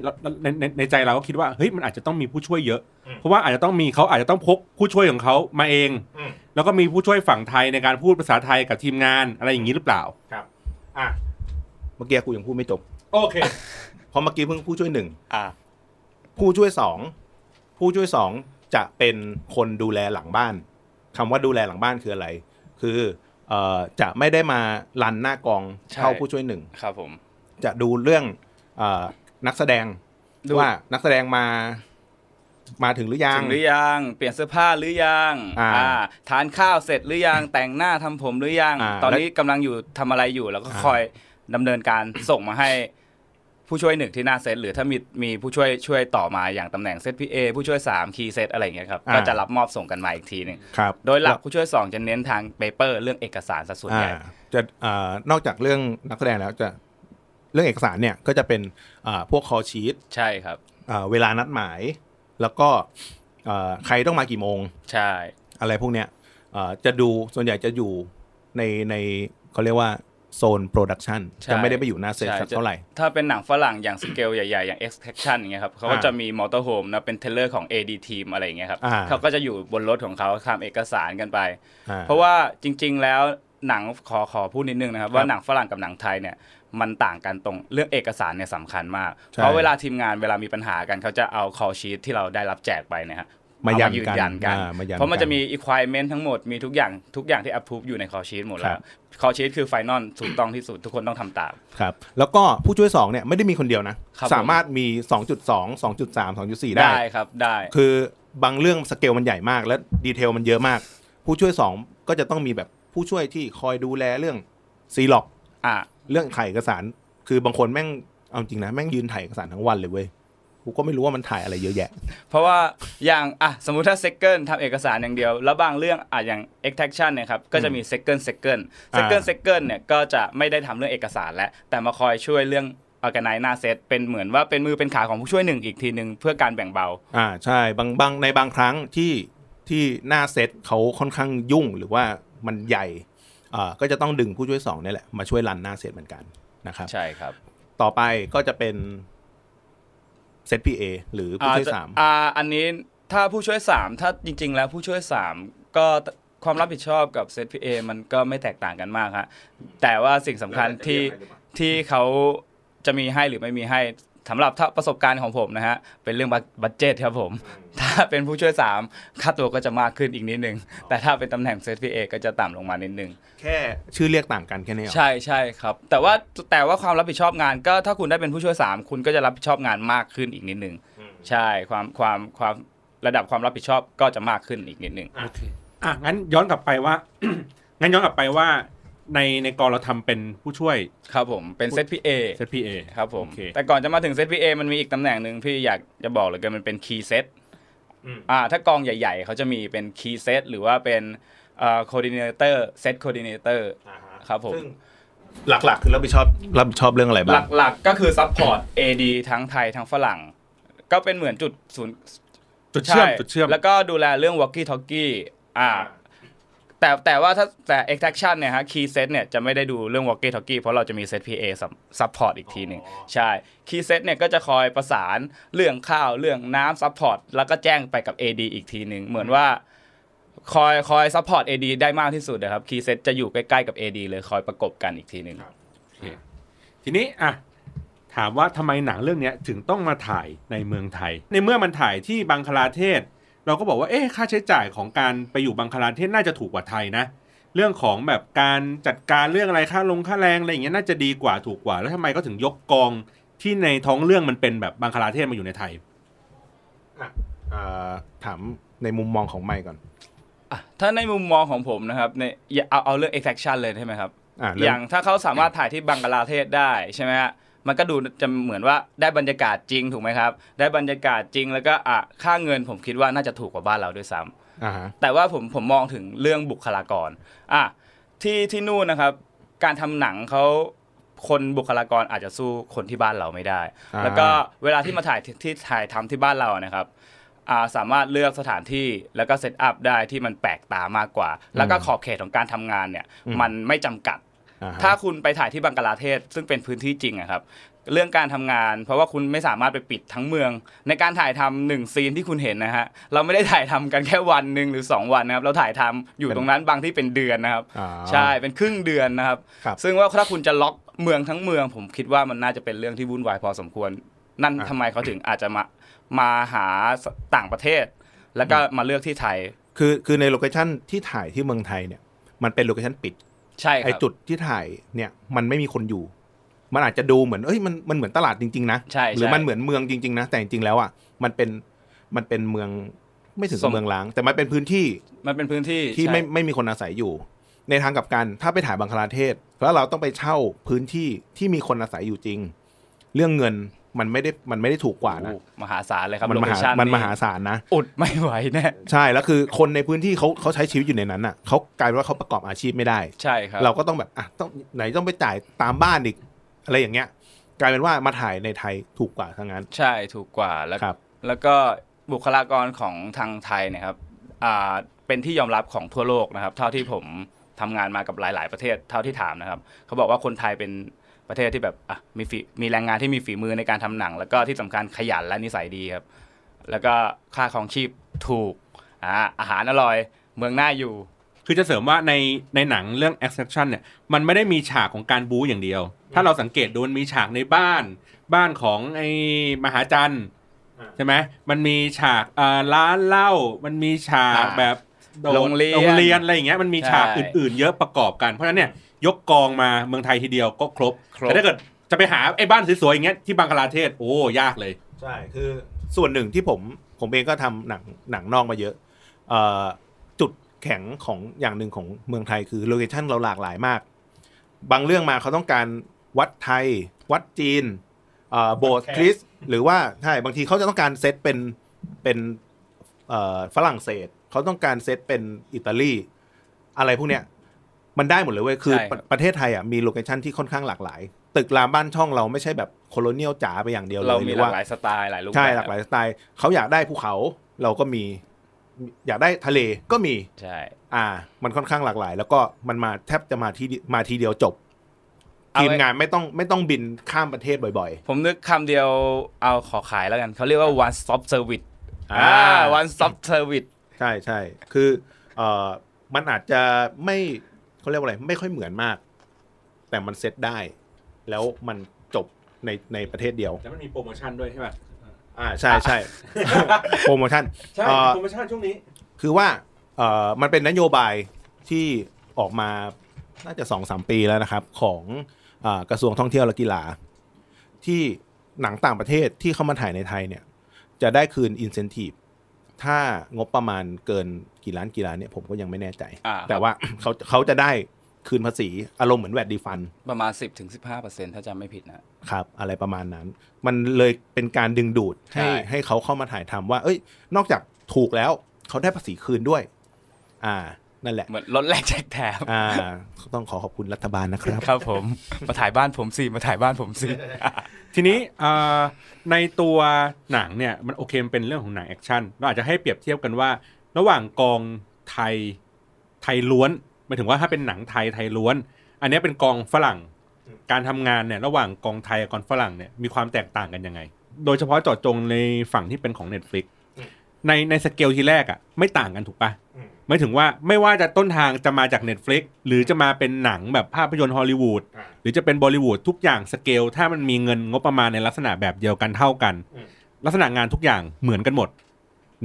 ในในในใจเราก็คิดว่าเฮ้ยมันอาจจะต้องมีผู้ช่วยเยอะ
อืม
เพราะว่าอาจจะต้องมีเขาอาจจะต้องพกผู้ช่วยของเขามาเอง
อืม
แล้วก็มีผู้ช่วยฝั่งไทยในการพูดภาษาไทยกับทีมงานอะไรอย่างนี้หรือเปล่า
อ่ะเมื่อกี้กูยังพูดไม่จบ
โอเค
เพราะเมื่อกี้เพิ่งผู้ช่วยหนึ่ง
อ่ะ
ผู้ช่วยสองผู้ช่วยสองจะเป็นคนดูแลหลังบ้านคำว่าดูแลหลังบ้านคืออะไร คือเอ่อจะไม่ได้มารันหน้ากองเท่าผู้ช่วยหนึ่ง
ครับผม
จะดูเรื่องเอ่อนักแสดง
ดู
ว่านักแสดงมามาถึงหรือยัง
ถึงหรือยัง เปลี่ยนเสื้อผ้าหรือยัง
อ่า
ทานข้าวเสร็จหรือยัง แต่งหน้าทำผมหรือยัง
อ่า
ตอนนี้กำลังอยู่ทำอะไรอยู่ แล้วก็
อ่า
คอยดำเนินการส่งมาให้ผู้ช่วยหนึ่งที่หน้าเซตหรือถ้ามีมีผู้ช่วยช่วยต่อมาอย่างตำแหน่งเซตพีเอผู้ช่วย3คีย์เซตอะไรอย่างเงี้ยครับ ก็จะรับมอบส่งกันมาอีกทีหนึ่ง
ครับ
โดยหลักผู้ช่วย 2 จะเน้นทางเปเปอร์เรื่องเอกสารสัดส่วนใหญ่
อ่าจะเอ่อนอกจากเรื่องนักแสดงแล้วจะเรื่องเอกสารเนี่ยก็จะเป็นเอ่อพวกคอชีต
ใช่ครับ
เวลานัดหมาย แล้วก็เอ่อใครต้องมากี่โมง
ใช่
อะไรพวกเนี้ยเอ่อจะดูส่วนใหญ่จะอยู่ในในเขาเรียกว่าโซนโปรดักชัน
ใช่
จะไม่ได้ไปอยู่หน้าเซตสักเท่าไหร่
ใช่ถ้าเป็นหนังฝรั่งอย่างสเกลใหญ่ ๆ อย่าง Extraction อย่างเงี้ยครับเขาก็
อ่า
จะมีมอเตอร์โฮมนะเป็นเทเลอร์ของ AD Team อะไรอย่างเงี้ยครับ
อ่า
เขาก็จะอยู่บนรถของเขาทำเอกสารกันไป
อ่
เพราะว่าจริง ๆ แล้วหนังขอขอพูดนิดนึงนะครั
ค
บ
รับ
ว่าหนังฝรั่งกับหนังไทยเนี่ยมันต่างกันตรงเรื่องเอกสารเนี่ยสำคัญมาก
ใช่
เพราะเวลาทีมงานเวลามีปัญหากันเขาจะเอาคอชีตที่เราได้รับแจกไปเนะฮะ
มายัน
เอามายืน
กัน
ยันกัน
อ่ยั
เพราะมัน
กั
จะมี requirement ทั้งหมด มีทุกอย่าง ทุกอย่างที่ approve อยู่ในคอชีตหมด
ค
แล้
รั
ว
บ
คอชีตคือ final ถูกต้องที่สุด ทุกคนต้องทำตาม
ครับ แล้วก็ผู้ช่วย 2 เนี่ยไม่ได้มีคนเดียวนะ
ครับผม
สามารถมี 2.2 2.3 2.4 ได้
ได้ครับ ได้
คือบางเรื่องสเกลมันใหญ่มากและดีเทลมันเยอะมาก ผู้ช่วย 2 ก็จะต้องมีแบบผู้ช่วยที่คอยดูแลเรื่องซีล็อก
อ่ะ
เรื่องถ่ายเอกสาร คือบางคนแม่งเอาจริงนะแม่งยืนถ่ายเอกสารทั้งวันเลยเว้ยกูก็ไม่รู้ว่ามันถ่ายอะไรเยอะแยะ
เพราะว่าอย่าง อ่ะ สมมุติถ้า second ทำเอกสารอย่างเดียว แล้วบางเรื่อง อ่ะ อย่าง extraction เนี่ยครับ ก็จะมี second second
อ่า
second second เนี่ย ก็จะไม่ได้ทำเรื่องเอกสารแล้ว แต่มาคอยช่วยเรื่อง organize หน้าเซต เป็นเหมือนว่าเป็นมือเป็นขาของผู้ช่วยหนึ่งอีกทีหนึ่งเพื่อการแบ่งเบา
อ่าใช่บางบางในบางครั้งที่ที่หน้าเซตเขาค่อนข้างยุ่งหรือว่ามันใหญ่อ่าก็จะต้องดึงผู้ช่วยสองเนี่ยแหละมาช่วยรันหน้าเซตเหมือนกันนะครับ
ใช่ครับ
ต่อไปก็จะเป็นเซตพีเอหรือผู้ช่วย
อ่จะ
สาม
อ่าอันนี้ถ้าผู้ช่วยสามถ้าจริง ๆ แล้วผู้ช่วยสามก็ ความรับผิดชอบกับ ZPA มันก็ไม่แตกต่างกันมากฮะแต่ว่าสิ่งสำคัญที่ที่เขาจะมีให้หรือไม่มีให้สำหรับถ้าประสบการณ์ของผมนะฮะ เป็นเรื่องบัตบัตเจตครับผม ถ้าเป็นผู้ช่วย 3 ค่าตัวก็จะมากขึ้นอีกนิดนึง แต่ถ้าเป็นตำแหน่ง ZPA ก็จะต่ำลงมานิดนึง
แค่ชื่อเรียกต่างกันแค่นี้เหรอ
ใช่ใช่ครับ แต่ว่าแต่ว่าความรับผิดชอบงานก็ถ้าคุณได้เป็นผู้ช่วยสามคุณก็จะรับผิดชอบงานมากขึ้นอีกนิดนึง ใช่ความความความระดับความรับผิดชอบก็จะมากขึ้นอีกนิดนึง
โอเคอ่ะงั้นย้อนกลับไปว่า งั้นย้อนกลับไปว่า ในในกองเราทำเป็นผู้ช่วย
ครับผมเป็น ZPA
ZPA
ครับผม
โอเค
แต่ก่อนจะมาถึง ZPA มันมีอีกตำแหน่งหนึ่งพี่อยากจะบอกเหลยกันมันเป็น Key Set
อืม
อ่าถ้ากองใหญ่ ๆ เขาจะมีเป็น Key Set หรือว่าเป็นเอ่อ Coordinator Set Coordinator ครับผม
ซึ่งหลักๆ คือรับผิดชอบรับผิดชอบเรื่องอะไรบ้าง
หลักๆก็คือซัพพอร์ต AD ทั้งไทยทั้งฝรั่ง ก็เป็นเหมือนจุดศูนย์
จุดเชื่อม
ใ
จุดเชื่อม
แล้วก็ดูแลเรื่อง walkie talkie อ่า แต่แต่ว่าถ้าแต่ extraction เนี่ยฮะ key set เนี่ยจะไม่ได้ดูเรื่อง walkie talkie เพราะเราจะมี set PA sub- support อีกทีหนึ่งใช่ key set เนี่ยก็จะคอยประสานเรื่องข้าวเรื่องน้ำ support แล้วก็แจ้งไปกับ AD อีกทีหนึ่งเหมือนว่าคอยคอย support AD ได้มากที่สุดนะครับ key set จะอยู่ใกล้ๆกับ AD เลยคอยประกบกันอีกทีหนึ่ง
ทีนี้อ่ะถามว่าทำไมหนังเรื่องเนี้ยถึงต้องมาถ่ายในเมืองไทย ในเมื่อมันถ่ายที่บังคลาเทศ เราก็บอกว่าเอ๊ะค่าใช้จ่ายของการไปอยู่บังคลาเทศน่าจะถูกกว่าไทยนะ เรื่องของแบบการจัดการเรื่องอะไรค่าลงค่าแรงอะไรอย่างเงี้ยน่าจะดีกว่าถูกกว่า แล้วทำไมก็ถึงยกกองที่ในท้องเรื่องมันเป็นแบบบังคลาเทศมาอยู่ในไทย
เอ่อถามในมุมมองของไมค์ก่อน
อ่ะถ้าในมุมมองของผมนะครับในอย่าเอาเอาเรื่อง extraction เลยใช่ไหมครับ
อ่ะเรื่
อ
อง
ย่างถ้าเขาสามารถถ่ายที่บังกลาเทศได้ใช่ไหมฮะมันก็ดูจะเหมือนว่าได้บรรยากาศจริงถูกไหมครับ ได้บรรยากาศจริงแล้วก็อ่ะค่าเงินผมคิดว่าน่าจะถูกกว่าบ้านเราด้วยซ้ำ
อ่าฮะ
แต่ว่าผมผมมองถึงเรื่องบุคลากรอ่ะที่ที่นู่นนะครับ การทำหนังเขาคนบุคลากรอาจจะสู้คนที่บ้านเราไม่ได้
อ่า
แล้วก็เวลาที่มาถ่ายที่ที่ถ่ายทำที่บ้านเรานะครับอ่าสามารถเลือกสถานที่แล้วก็เซตอัพได้ที่มันแปลกตามากกว่า แล้วก็ขอบเขตของการทำงานเนี่ยมันไม่จำกัด
อ่ฮะ
ถ้าคุณไปถ่ายที่บังกลาเทศซึ่งเป็นพื้นที่จริงอะครับ เรื่องการทำงาน เพราะว่าคุณไม่สามารถไปปิดทั้งเมือง ในการถ่ายทำหนึ่งซีนที่คุณเห็นนะฮะเราไม่ได้ถ่ายทำกันแค่วันหนึ่งหรือ 2 วันนะครับ เราถ่ายทำอยู่ตรงนั้นบางที่เป็นเดือนนะครับ
อ่า
ใช่เป็นครึ่งเดือนนะครับ
ครับ
ซึ่งว่าถ้าคุณจะล็อกเมืองทั้งเมือง ผมคิดว่ามันน่าจะเป็นเรื่องที่วุ่นวายพอสมควร นั่น
อ่ะ
ทำไมเขาถึงอาจจะมามาหาต่างประเทศ แล้วก็มาเลือกที่ไทย
คือคือในโลเคชั่นที่ถ่ายที่เมืองไทยเนี่ย มันเป็นโลเคชั่นปิด
ใช่ค
ไอ
รับ
จุดที่ถ่ายเนี่ยมันไม่มีคนอยู่ มันอาจจะดูเหมือนเอ้ยมันมันเหมือนตลาดจริงๆนะ
ใช่
หรือ
ใช่
มันเหมือนเมืองจริง ๆ นะ แต่จริงๆแล้วอ่ะมันเป็นมันเป็นเมืองไม่ถึง
ส
กับ
ม
เมืองล้าง แต่มันเป็นพื้นที่
มันเป็นพื้นที่
ที่
ใช่
ไม่ไม่มีคนอาศัยอยู่ ในทางกลับกันถ้าไปถ่ายบังคลาเทศ แล้วเราต้องไปเช่าพื้นที่ที่มีคนอาศัยอยู่จริง เรื่องเงินมันไม่ได้มันไม่ได้ถูกกว่านะ
โอ้โหมหาศาลเลยครับ
มันมหา
location
มันมหาศาลนะ
อุดไม่ไหวแน่
ใช่แล้วคือคนในพื้นที่เขาเขาใช้ชีวิตอยู่ในนั้นอ่ะเขากลายเป็นว่าเขาประกอบอาชีพไม่ได้
ใช่ครับ
เราก็ต้องแบบอ่ะต้องไหนต้องไปจ่ายตามบ้านอีก อะไรอย่างเงี้ย กลายเป็นว่ามาถ่ายในไทยถูกกว่าทั้งนั้น
ใช่ถูกกว่าแล้ว
ครับ
แล้วก็บุคลากรของทางไทยเนะครับอ่าเป็นที่ยอมรับของทั่วโลกนะครับ เท่าที่ผมทำงานมากับหลาย ๆ ประเทศเท่าที่ถามนะครับ เขาบอกว่าคนไทยเป็นประเทศที่แบบอ่ะมีฝีมีแรงงานที่มีฝีมือในการทำหนัง แล้วก็ที่สำคัญขยันและนิสัยดีครับ แล้วก็ค่าของชีพถูกอ่าอาหารอร่อยเมืองหน้าอยู่
คือจะเสริมว่าในในหนังเรื่อง exception เนี่ยมันไม่ได้มีฉากของการบู๊อย่างเดียว ถ้าเราสังเกตดูมันมีฉากในบ้าน บ้านของไอ้มหาจันทร์ใช่ไหมมันมีฉากเอ่อร้านเหล้ามันมีฉาก
อ่า
แบบโดด
โรงเรียน
โรงเรียนอะไรอย่างเงี้ยมันมีฉาก
ใช่
อื่น ๆ เยอะประกอบกัน เพราะฉะนั้นเนี่ยยกกองมาเมืองไทยทีเดียวก็ครบ
ครบ
แต่ถ้าเกิดจะไปหาไอ้บ้านสวยๆอย่างเงี้ยที่บังคลาเทศโอ้ยากเลย
ใช่คือส่วนหนึ่งที่ผมผมเองก็ทำหนังหนังนอกมาเยอะเอ่อจุดแข็งของอย่างหนึ่งของเมืองไทยคือโลเคชั่นเราหลากหลายมาก บางเรื่องมาเขาต้องการวัดไทย วัดจีนเอ่อโบสถ์คริสต์หรือว่าใช่บางทีเขาจะต้องการเซตเป็นเป็นเอ่อฝรั่งเศสเขาต้องการเซตเป็นอิตาลีอะไรพวกเนี้ยมันได้หมดเลยเว้ยคือ
ใช่
ป
ครับ
ระประเทศไทยอ่ะมีโลเคชั่นที่ค่อนข้างหลากหลาย ตึกรามบ้านช่องเราไม่ใช่แบบโคโลเนียลจ๋าไปอย่างเดียวเลย
เรา
ห
มี
รือ
หลา
ว่า
กหลายสไตล์หลายรูป
ใช่
แบบ
หลากหลายสไตล์เขาอยากได้ภูเขาเราก็มี อยากได้ทะเลก็มี
ใช่
อ่า มันค่อนข้างหลากหลาย แล้วก็มันมาแทบจะมาที่เดียวมาทีเดียวจบ
เอาไว้
ทีมงานไม่ต้องไม่ต้องบินข้ามประเทศบ่อย
ผมนึกคำเดียวเอาขอขายแล้วกัน เขาเรียกว่า one stop service
อ่า
อ่า one stop service
ๆ ใช่ใช่คือเอ่อ มันอาจจะไม่เขาเรียกว่าอะไร ไม่ค่อยเหมือนมาก แต่มันเซ็ตได้ แล้วมันจบในในประเทศเดียว
แล้วมันมีโปรโมชั่นด้วยใช่ป่ะ
อ่าใช่ใช่ โปรโมชั่น
ใช่
เอ่อ
โปรโมชั่นช่วงนี้
คือว่าเอ่อมันเป็นนโยบายที่ออกมาน่าจะสองสามปีแล้วนะครับ ของเออกระทรวงท่องเที่ยวและกีฬา ที่หนังต่างประเทศที่เข้ามาถ่ายในไทยเนี่ย จะได้คืนอินเซนティブถ้างบประมาณเกินกี่ล้านกี่ล้านเนี่ยผมก็ยังไม่แน่ใจ
อ่าครับ
แต่ว่า เขาเขาจะได้คืนภาษีอารมณ์เหมือนแวดดีฟัน
ประมาณ 10-15%ถ้าจำไม่ผิดนะ
ครับอะไรประมาณนั้น มันเลยเป็นการดึงดูดให้
ใช่
ให้เขาเข้ามาถ่ายทำว่า เอ้ย นอกจากถูกแล้วเขาได้ภาษีคืนด้วย อ่า นั่นแหละ
เหมือนรถแรกแจกแถม
อ่า ต้องขอขอบคุณรัฐบาลนะครับ
ครับผม มาถ่ายบ้านผมสิมาถ่ายบ้านผม สิ
ทีนี้เอ่อในตัวหนังเนี่ยมันโอเคมันเป็นเรื่องของหนังแอคชั่นเราอาจจะให้เปรียบเทียบกันว่า ระหว่างกองไทยไทยล้วนหมายถึงว่าถ้าเป็นหนังไทยไทยล้วน อันเนี้ยเป็นกองฝรั่ง การทำงานเนี่ยระหว่างกองไทยกับกองฝรั่งเนี่ยมีความแตกต่างกันยังไง โดยเฉพาะเจาะจงในฝั่งที่เป็นของ Netflix ในในสเกลที่แรกอะ่ะไม่ต่างกันถูกปะ
อืม
หมายถึงว่าไม่ว่าจะต้นทางจะมาจาก Netflix หรือจะมาเป็นหนังแบบภาพยนตร์ฮอลลีวูด หรือจะเป็นบอลิวูดทุกอย่างสเกล ถ้ามันมีเงินงบประมาณในลักษณะแบบเดียวกันเท่ากัน
อืม
ลักษณะงานทุกอย่างเหมือนกันหมด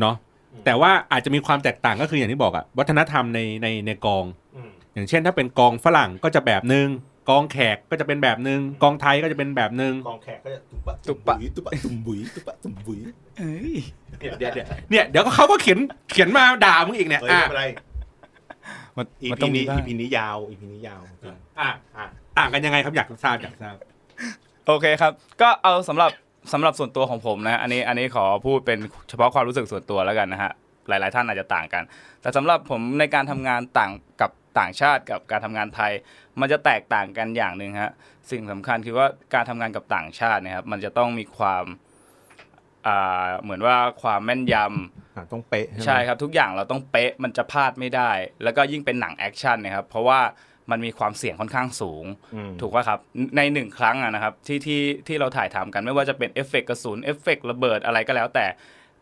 เนาะ
อืม
แต่ว่าอาจจะมีความแตกต่างก็คืออย่างที่บอกอะวัฒนธรรมในในในกอง อย่างเช่น ถ้าเป็นกองฝรั่งก็จะแบบนึงกองแขกก็จะเป็นแบบนึงกองไทยก็จะเป็นแบบนึง
กองแขกก็จะตุบปะ
ตุ๊บปะ
ตุบปะตุบบุยตุบปะตุบบุย
เดี๋ยวเดี๋ยวเดี๋ยวเนี่ยเดี๋ยวก็เขาก็เขียนเขียนมาด่ามึงอีกเนี่ย
เฮ้ย
อ่ะ
ไม่เป็นไร
มัน
อี
มันต้
พี
องมี
นี้
บ้าง
อีพีนี้ยาวอีพีนี้ยาว
อ่ะอ่ะต่างกันยังไงครับอยากทราบอยากทราบ
โอเคครับ ก็เอาสำหรับสำหรับส่วนตัวของผมนะฮะอันนี้อันนี้ขอพูดเป็นเฉพาะความรู้สึกส่วนตัวแล้วกันนะฮะหลาย ๆ ท่านอาจจะต่างกัน แต่สำหรับผมในการทำงานต่างกับต่างชาติกับการทำงานไทย มันจะแตกต่างกันอย่างหนึ่งฮะสิ่งสำคัญคือว่าการทำงานกับต่างชาติเนะครับมันจะต้องมีความอ่าเหมือนว่าความแม่นยำ
อ่ะต้องเป๊ะ
ใช่
ไหม
ครับ ทุกอย่างเราต้องเป๊ะมันจะพลาดไม่ได้ แล้วก็ยิ่งเป็นหนังแอคชั่นนะครับ เพราะว่ามันมีความเสี่ยงค่อนข้างสูง
อืม
ถูกป่ะครับในหนึ่งครั้งอะนะครับที่ที่ที่เราถ่ายทำกันไม่ว่าจะเป็นเอฟเฟกต์กระสุนเอฟเฟกต์ระเบิดอะไรก็แล้วแต่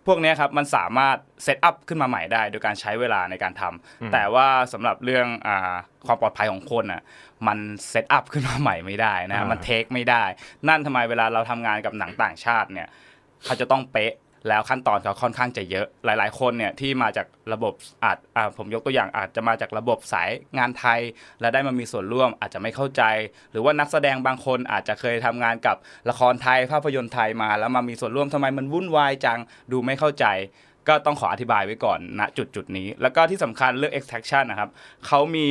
พวกเนี้ยครับมันสามารถเซตอัพขึ้นมาใหม่ได้ โดยการใช้เวลาในการทำแต่ว่าสำหรับเรื่องอาความปลอดภัยของคนอ่ะมันเซตอัพขึ้นมาใหม่ไม่ได้นะฮะ
อ่ามั
มันเทคไม่ได้ นั่นทำไมเวลาเราทำงานกับหนังต่างชาติเนี่ย เขาจะต้องเป๊ะแล้วขั้นตอนเขาค่อนข้างจะเยอะ หลาย ๆ คนเนี่ยที่มาจากระบบอาจอ่าผมยกตัวอย่างอาจจะมาจากระบบสายงานไทย และได้มามีส่วนร่วมอาจจะไม่เข้าใจ หรือว่านักแสดงบางคนอาจจะเคยทำงานกับละครไทยภาพยนตร์ไทยมา แล้วมามีส่วนร่วมทำไมมันวุ่นวายจังดูไม่เข้าใจ ก็ต้องขออธิบายไว้ก่อนณจุดจุดๆนี้ แล้วก็ที่สำคัญเรื่อง extraction นะครับเขามี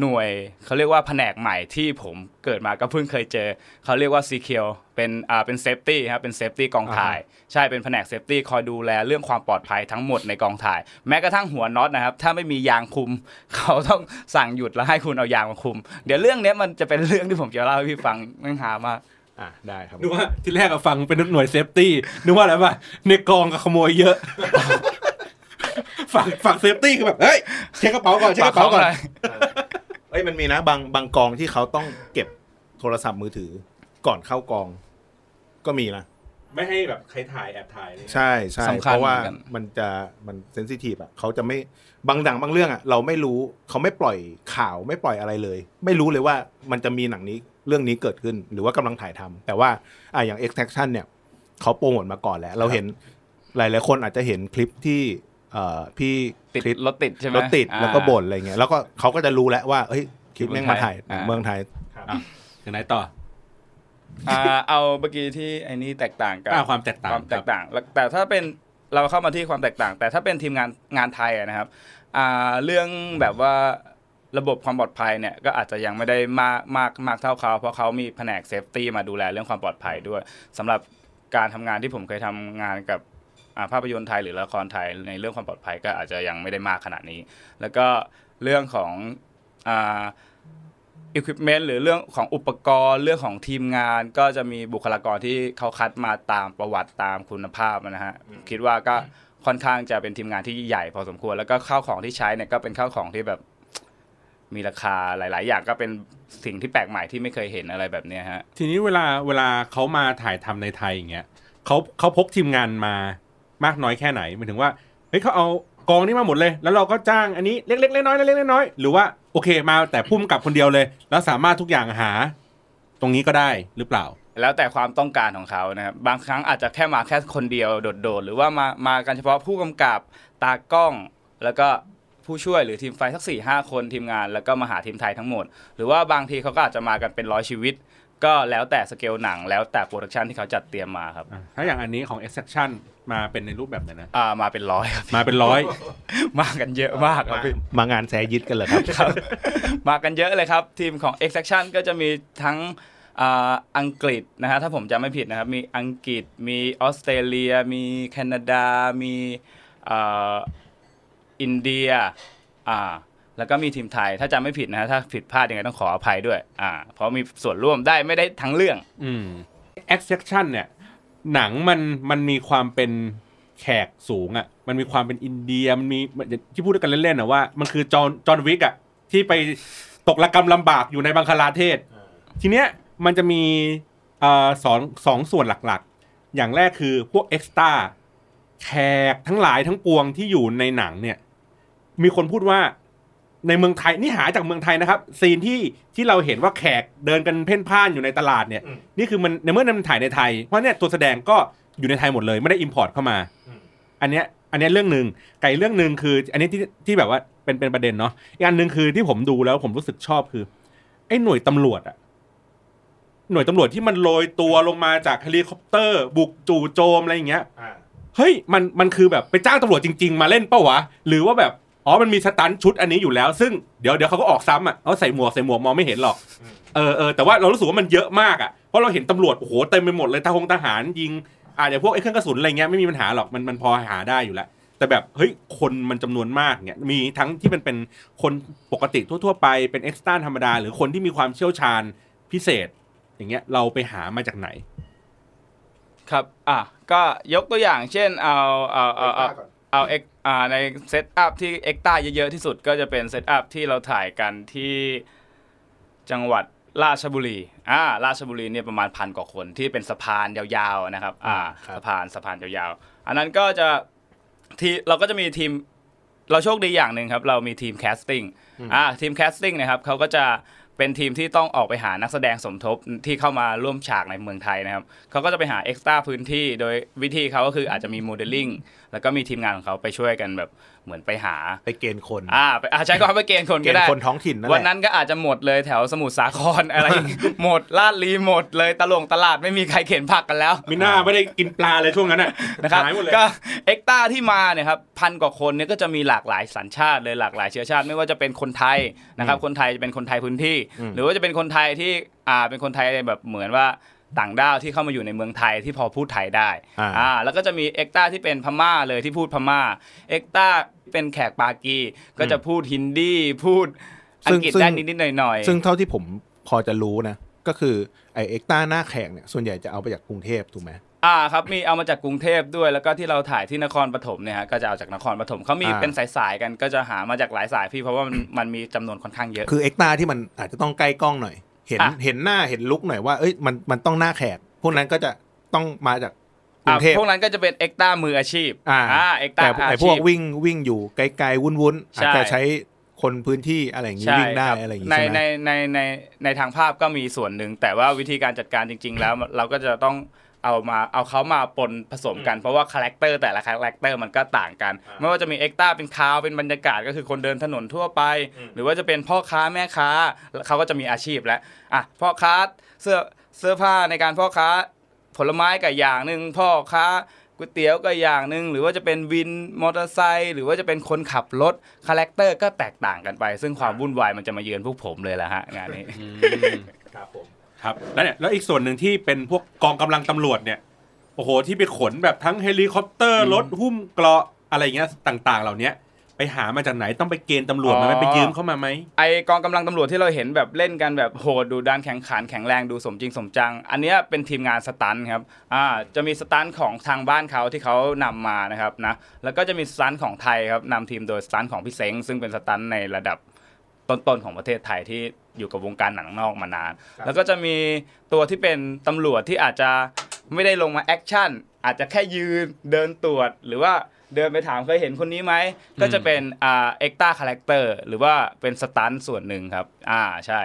หน่วยเขาเรียกว่าแผนกใหม่ที่ผมเกิดมาก็เพิ่งเคยเจอ เขาเรียกว่า CQ เป็นอ่าเป็น safety ครับเป็น safety กองถ่าย ใช่เป็นแผนก safety คอยดูแลเรื่องความปลอดภัยทั้งหมดในกองถ่าย แม้กระทั่งหัวน็อตนะครับ ถ้าไม่มียางคุม เขาต้องสั่งหยุดแล้วให้คุณเอายางมาคุม เดี๋ยวเรื่องเนี้ยมันจะเป็นเรื่องที่ผมจะเล่าให้พี่ฟังแม่งหามาก
อ่ะได้ครับ
นึกว่าที่แรกอะฟังเป็นหน่วยเซฟตี้นึกว่าอะไรป่ะในกองก็ขโมยเยอะ ฝั่งฝั่งเซฟตี้คือแบบเฮ้ยเช็คกระเป๋าก่อนเช็คกระเป๋าก่อน
เอ้ยมันมีนะบางบางกองที่เขาต้องเก็บโทรศัพท์มือถือก่อนเข้ากอง ก็มีนะ
ไม่ให้แบบใครถ่ายแอบถ่ายเลย
ใช่ใช่
สำคัญ
เพราะว่า
เหมือนกัน
มันจะมันเซนซิทีฟอ่ะเขาจะไม่บางหนังบางเรื่องอ่ะเราไม่รู้เขาไม่ปล่อยข่าวไม่ปล่อยอะไรเลย ไม่รู้เลยว่ามันจะมีหนังนี้เรื่องนี้เกิดขึ้นหรือว่ากำลังถ่ายทำแต่ว่าอ่ะอย่าง extraction เนี่ยเขาโปรโมทมาก่อนแล้ว เราเห็นหลาย ๆ คนอาจจะเห็นคลิปที่เอ่อพี่
ติด
คริส
รถติดใช่ไหม
รถติด
อ่า
แล้วก็บ่นอะไรเงี้ยแล้วก็เขาก็จะรู้แล้วว่าเฮ้ยคลิปแม่งมาถ่าย
อ่า
เมืองไทย
ถึงไหนต่อ
อ่าเอาเมื่อกี้ที่ไอ้นี่แตกต่างกัน
อ่าความแตกต่าง
ความแต
ค
ก
รับ
ต่างแล้วแต่ถ้าเป็นเราเข้ามาที่ความแตกต่าง แต่ถ้าเป็นทีมงานงานไทยอะนะครับอ่าเรื่องแบบว่าระบบความปลอดภัยเนี่ยก็อาจจะยังไม่ได้มากมากมากเท่าเขาเพราะเขามีแผนกเซฟตี้มาดูแลเรื่องความปลอดภัยด้วยสำหรับการทำงานที่ผมเคยทำงานกับอ่าภาพยนตร์ไทยหรือละครไทยในเรื่องความปลอดภัยก็อาจจะยังไม่ได้มากขนาดนี้ แล้วก็เรื่องของอ่า equipment หรือเรื่องของอุปกรณ์เรื่องของทีมงานก็จะมีบุคลากรที่เขาคัดมาตามประวัติตามคุณภาพนะฮะคิดว่าก็ค่อนข้างจะเป็นทีมงานที่ใหญ่พอสมควร แล้วก็ข้าวของที่ใช้เนี่ยก็เป็นข้าวของที่แบบมีราคาหลาย ๆ อย่างก็เป็นสิ่งที่แปลกใหม่ที่ไม่เคยเห็นอะไรแบบเนี้ยฮะ
ทีนี้เวลาเวลาเขามาถ่ายทำในไทยอย่างเงี้ยเขาเขาพกทีมงานมามากน้อยแค่ไหนหมายถึงว่าเฮ้ยเขาเอา กองนี้มาหมดเลย แล้วเราก็จ้างอันนี้เล็กๆน้อยๆเล็กๆน้อยๆหรือว่าโอเคมาแต่พุ่มกับคนเดียวเลย แล้วสามารถทุกอย่างหา ตรงนี้ก็ได้หรือเปล่า
แล้วแต่ความต้องการของเขานะครับบางครั้งอาจจะแค่มาแค่คนเดียวโดดๆ หรือว่ามามากันเฉพาะผู้กำกับตากล้อง แล้วก็ผู้ช่วยหรือทีมไฟสัก4ี่ห้าคนทีมงานแล้วก็มาหาทีมไทยทั้งหมด หรือว่าบางทีเขาก็อาจจะมากันเป็นร้อยชีวิต ก็แล้วแต่สเกลหนัง แล้วแต่โปรดักชันที่เขาจัดเตรียมมาครับ
อ่ะถ้าอย่างอันนี้ของ exception มาเป็นในรูปแบบไหนนะ
อ่ามาเป็นร้อยครับ
มาเป็นร้อย
มากันเยอะมากครับพี่
มางานแซยิดกันเลยครับ
ครับ มากันเยอะเลยครับ ทีมของ X Action ก็จะมีทั้งอ่าอังกฤษนะฮะถ้าผมจำไม่ผิดนะครับ มีอังกฤษมีออสเตรเลีย มีแคนาดา มีอ่าอินเดียอ่าแล้วก็มีทีมไทยถ้าจำไม่ผิดนะฮะถ้าผิดพลาดยังไงต้องขออภัยด้วยอ่าเพราะมีส่วนร่วมได้ไม่ได้ทั้งเรื่อง
อืม exception เนี่ย หนังมันมันมีความเป็นแขกสูงอะ่ะ มันมีความเป็นอินเดียมันมีมันที่พูดกันเล่นๆนะว่ามันคือจอห์นจอห์นวิกอะ่ะ ที่ไปตกระกรรมลำบากอยู่ในบังคลาเทศ ทีเนี้ยมันจะมีเอ่อสองสองส่วนหลักๆ อย่างแรกคือพวกเอ็กซ์ตาแขกทั้งหลายทั้งปวงที่อยู่ในหนังเนี่ย มีคนพูดว่าในเมืองไทยนี่หาจากเมืองไทยนะครับ ซีนที่ที่เราเห็นว่าแขกเดินกันเพ่นพ่านอยู่ในตลาดเนี่ย นี่คือมันในเมื่อมันถ่ายในไทย เพราะเนี่ยตัวแสดงก็อยู่ในไทยหมดเลยไม่ได้อิมพอร์ตเข้ามา อันเนี้ยอันเนี้ยเรื่องหนึ่งไก่เรื่องหนึ่งคือ อันนี้ที่ที่แบบว่าเป็นเป็นประเด็นเนาะอีกอันหนึ่งคือที่ผมดูแล้วผมรู้สึกชอบคือไอ้หน่วยตำรวจอะหน่วยตำรวจที่มันโรยตัวลงมาจากเฮลิคอปเตอร์ บุกจู่โจมอะไรอย่างเงี้ย เฮ้ยมันมันคือแบบไปจ้างตำรวจจริง ๆ มาเล่นเป้าวะ หรือว่าแบบอ๋อมันมีสตันท์ชุดอันนี้อยู่แล้ว ซึ่งเดี๋ยวเดี๋ยวเขาก็ออกซ้ำอ่ะเอาใส่หมวกใส่หมวกมองไม่เห็นหรอกเออเออแต่ว่าเรารู้สึกว่ามันเยอะมากอ่ะเพราะเราเห็นตำรวจโอ้โหเต็มไปหมดเลยทหงทหารยิงอ่าเดี๋ยวพวกไอ้เครื่องกระสุนอะไรเงี้ยไม่มีปัญหาหรอกมันมันพอหาได้อยู่แล้วแต่แบบเฮ้ยคนมันจำนวนมากเนี่ยมีทั้งที่เป็นเป็นคนปกติทั่ว ๆ ไปเป็นเอ็กซ์ต้าธรรมดา หรือคนที่มีความเชี่ยวชาญพิเศษ อย่างเงี้ยเราไปหามาจากไหน
ครับ อ่ะ ก็ยกตัวอย่าง เช่น เอา เอา เอา เอา เอาเอ็กอ่า ในเซตอัพที่เอ็กตาเยอะๆที่สุดก็จะเป็นเซตอัพที่เราถ่ายกันที่จังหวัดราชบุรี อ่า ราชบุรีเนี่ยประมาณพันกว่าคนที่เป็นสะพานยาวๆนะครับ อ่า
ครับ
สะพาน สะพานยาวๆ อันนั้นก็จะทีเราก็จะมีทีม เราโชคดีอย่างหนึ่งครับ เรามีทีมแคสติ้ง อ่า ทีมแคสติ้งนะครับเขาก็จะเป็นทีมที่ต้องออกไปหานักแสดงสมทบที่เข้ามาร่วมฉากในเมืองไทยนะครับ เขาก็จะไปหาเอ็กซ์ตร้าพื้นที่ โดยวิธีเขาก็คืออาจจะมีโมเดลลิ่ง แล้วก็มีทีมงานของเขาไปช่วยกันแบบเหมือนไปหา
ไปเกณฑ์คน
อ่าไปอ่าใช้คำว่าไปเกณฑ์คน
เก
ก็
ณฑ์
ได้
คนท้องถิ่นนั่นแหละ
วันนั้นก็อาจจะหมดเลยแถวสมุทรสาครอะไร หมดลาดลีหมดเลยตะลงตลาดไม่มีใครเข็นผักกันแล้ว
มิน่าไม่ได้กินปลาเลยช่วงนั้นอ่ะ
นะครับ
หายหมดเลย
ก็เอ็กตาที่มาเนี่ยครับพันกว่าคนเนี่ยก็จะมีหลากหลายสัญชาติเลยหลากหลายเชื้อชาติ ไม่ว่าจะเป็นคนไทยนะครับคนไทยจะเป็นคนไทยพื้นที่ หรือว่าจะเป็นคนไทยที่อ่าเป็นคนไทยแบบเหมือนว่าต่างด้าวที่เข้ามาอยู่ในเมืองไทยที่พอพูดไทยได้
อ่า
อ่าแล้วก็จะมีเอ็กตาที่เป็นพม่าเลยที่พูดพม่าเอ็กตาเป็นแขกปากีก็จะพูดฮินดีพูดอังกฤษได้นิดๆหน่อยๆ
ซึ่งเท่าที่ผมพอจะรู้นะ ก็คือไอเอ็กต้าหน้าแขกเนี่ยส่วนใหญ่จะเอาไปจากกรุงเทพถูกไหม
อ่าครับมีเอามาจากกรุงเทพด้วยแล้วก็ที่เราถ่ายที่นครปฐมเนี่ยฮะก็จะเอาจากนครปฐมเขามี
อ่า
เป็นสายๆกันก็จะหามาจากหลายสายพี่เพราะว่ามันมันมีจำนวนค่อนข้างเยอะ
คือเอ็กต้าที่มันอาจจะต้องใกล้กล้องหน่อย เห็น
อ่ะ
เห็นหน้าเห็นลุกหน่อยว่าเอ้ยมันมันต้องหน้าแขกพวกนั้นก็จะต้องมาจากกรุ
อ่าง
เทพ
พวกนั้นก็จะเป็นเอ็กต้ามืออาชีพ
อ่า
เอ็กต้า
แต่ไอ
อา
พว
ชี
ก
พ
วิ่งวิ่งอยู่ไกลๆวุ่นๆอาจจะ
ใช่
ใช้คนพื้นที่อะไรอย่างนี้
ใช่
วิ่งได้
ครับ
อะไรอย่างนี้
ใน
ใช่ไห
ใน
ม
ในในในทางภาพก็มีส่วนหนึ่ง แต่ว่าวิธีการจัดการจริง ๆ แล้วเราก็จะต้องเอามาเอาเขามาปนผสมกันเพราะว่าคาแรคเตอร์แต่ละคาแรคเตอร์มันก็ต่างกัน ไม่ว่าจะมีเอ็กต้าเป็นคาวเป็นบรรยากาศก็คือคนเดินถนนทั่วไป หรือว่าจะเป็นพ่อค้าแม่ค้าเขาก็จะมีอาชีพแล้วอ่ะพ่อค้าเสื้อเสื้อผ้าในการพ่อค้า ผลไม้ก็อย่างหนึ่งพ่อค้าก๋วยเตี๋ยวก็อย่างหนึ่งหรือว่าจะเป็นวินมอเตอร์ไซค์หรือว่าจะเป็นคนขับรถคาแรคเตอร์ก็แตกต่างกันไป ซึ่งความวุ่นวายมันจะมาเยือนพวกผมเลยแหละฮะงานนี้
ครับแล้วเนี่ยแล้วอีกส่วนหนึ่งที่เป็นพวกกองกำลังตำรวจเนี่ยโอ้โหที่ไปขนแบบทั้งเฮลิคอปเตอร์รถหุ้มเกราะอะไรเงี้ยต่าง ๆ เหล่าเนี้ยไปหามาจากไหนต้องไปเกณฑ์ตำรวจมาไหม
อ๋อ
ไปยืมเข้ามาไหม
ไอกองกำลังตำรวจที่เราเห็นแบบเล่นกันแบบโหดดูดันแข่งขันแข็งแรงดูสมจริงสมจัง อันเนี้ยเป็นทีมงานสตันท์ครับอ่าจะมีสตันท์ของทางบ้านเขาที่เขานำมานะครับนะแล้วก็จะมีสตันท์ของไทยครับนำทีมโดยสตันท์ของพี่เซ้งซึ่งเป็นสตันท์ในระดับต้นๆของประเทศไทยที่อยู่กับวงการหนังนอกมานาน แล้วก็จะมีตัวที่เป็นตำรวจที่อาจจะไม่ได้ลงมาแอคชั่นอาจจะแค่ยืนเดินตรวจหรือว่า เดินไปถามเคยเห็นคนนี้ไหม ก็จะเป็นอ่าเอ็กต้าคาแรคเตอร์หรือว่าเป็นสตันส่วนหนึ่งครับ อ่าใช่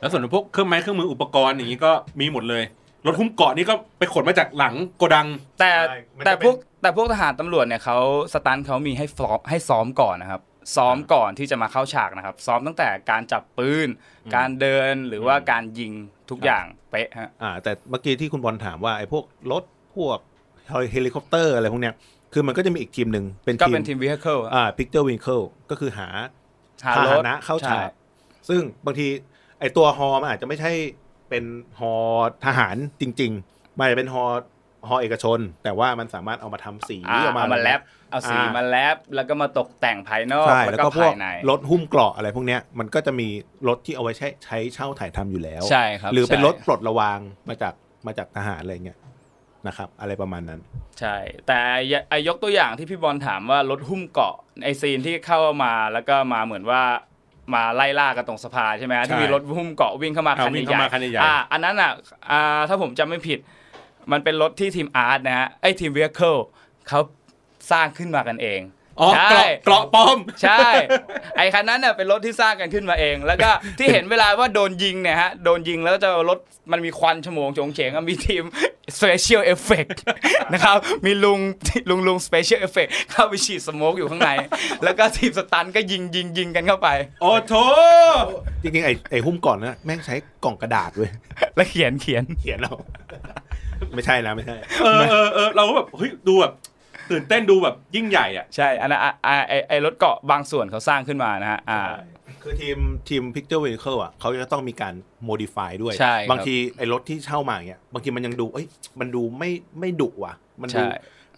แล้วส่วนพวกเครื่องไม้เครื่องมืออุปกรณ์อย่างนี้ก็มีหมดเลย รถหุ้มเกาะนี่ก็ไปขนมาจากหลังโกดัง
แต่
ใช่มันจะ
แต่
เป็น
พวกแต่พวกทหารตำรวจเนี่ยเขาสตันเขามีให้ฟอให้ซ้อมก่อนนะครับ ซ้อมก่อนที่จะมาเข้าฉากนะครับ ซ้อมตั้งแต่การจับปืน การเดินหรือว่าการยิงทุกอย่างเป๊ะฮะ
อ่าแต่เมื่อกี้ที่คุณบอลถามว่าไอ้พวกรถพวกเฮลิคอปเตอร์อะไรพวกเนี้ยคือมันก็จะมีอีกทีมหนึ่งเป็น
ก็
ทีม
เป็นทีมวิเคิล
อ่าพิกเจอร์วินเคิลก็คือหา
หา
พาร
ถ
หนะเข้าฉาก
ใช่
ซึ่งบางทีไอตัวฮอมันอาจจะไม่ใช่เป็นฮอทหารจริงๆ มันอาจจะเป็นฮอฮอเอกชน แต่ว่ามันสามารถเอามาทำสี
อ่า
ออกมา
เอามาแลบเอาสี
อ่าม
มาแลบแล้วก็มาตกแต่งภายนอก
ใช่
แล้
แล้ว
วก็
ก็พว
ภาก ยใน
รถหุ้มเกราะอะไรพวกเนี้ยมันก็จะมีรถที่เอาไว้ใช้ใช้เช่าถ่ายทำอยู่แล้ว
ใช่ครับ
หรือเป็น
ใช่
รถปลดระวางมาจากมาจากทหารอะไรเงี้ยนะครับ อะไรประมาณนั้น
ใช่ แต่อย่าไอยกตัวอย่างที่พี่บอลถามว่ารถหุ้มเกาะไอซีนที่เข้ามาแล้วก็มาเหมือนว่ามาไล่ล่ากันตรงสะพานใช่ไหมฮะที่มีรถหุ้มเกาะวิ่งเข้ามา
อ่า
คัน
วิ่ง
ให
เข้า
ญ่
มาคันใหญ่
ๆอ่าอันนั้นอ่ะอ่าถ้าผมจำไม่ผิด มันเป็นรถที่ทีมอาร์ตนะฮะไอยทีมเวเคิลเขาสร้างขึ้นมากันเอง
อ๋อ
ใช่
เกราะเกราะปลอม
ใช่ ไอ้คันนั้นน่ะเป็นรถที่สร้างกันขึ้นมาเอง แล้วก็ ที่เห็นเวลาว่าโดนยิงเนี่ยฮะ โดนยิงแล้วจะรถมันมีควันฉโมงโฉงเฉงอ่ะมีทีม Special Effect นะครับ มีลุงลุงลุง Special Effect เข้าไปฉีดสโมกอยู่ข้างใน แล้วก็ทีมสตันก็ยิงยิงยิงกันเข้าไป
โอ้โถ
จริงๆ ไอไอหุ้มเกราะนะแม่งใช้กล่องกระดาษเว้ย
แล้วเขียนเขียน
เขียนเอา ไม่ใช่นะไม่ใช่
เออเออเออเราก็แบบเฮ้ยดูแบบตื่นเต้นดูแบบยิ่งใหญ่อ่ะ
ใช่ อันนั้นอ่ะอ่ะไอ้ไอ้รถเกาะบางส่วนเขาสร้างขึ้นมานะฮะอ่า
คือทีมทีม Picture Vehicle อ่ะเขาจะต้องมีการ modify ด้วย
ใช่ครับ
บางทีไอ้รถที่เช่ามาเนี่ยบางทีมันยังดูเอ้ยมันดูไม่ไม่ดุว่ะ มันดู
ใช่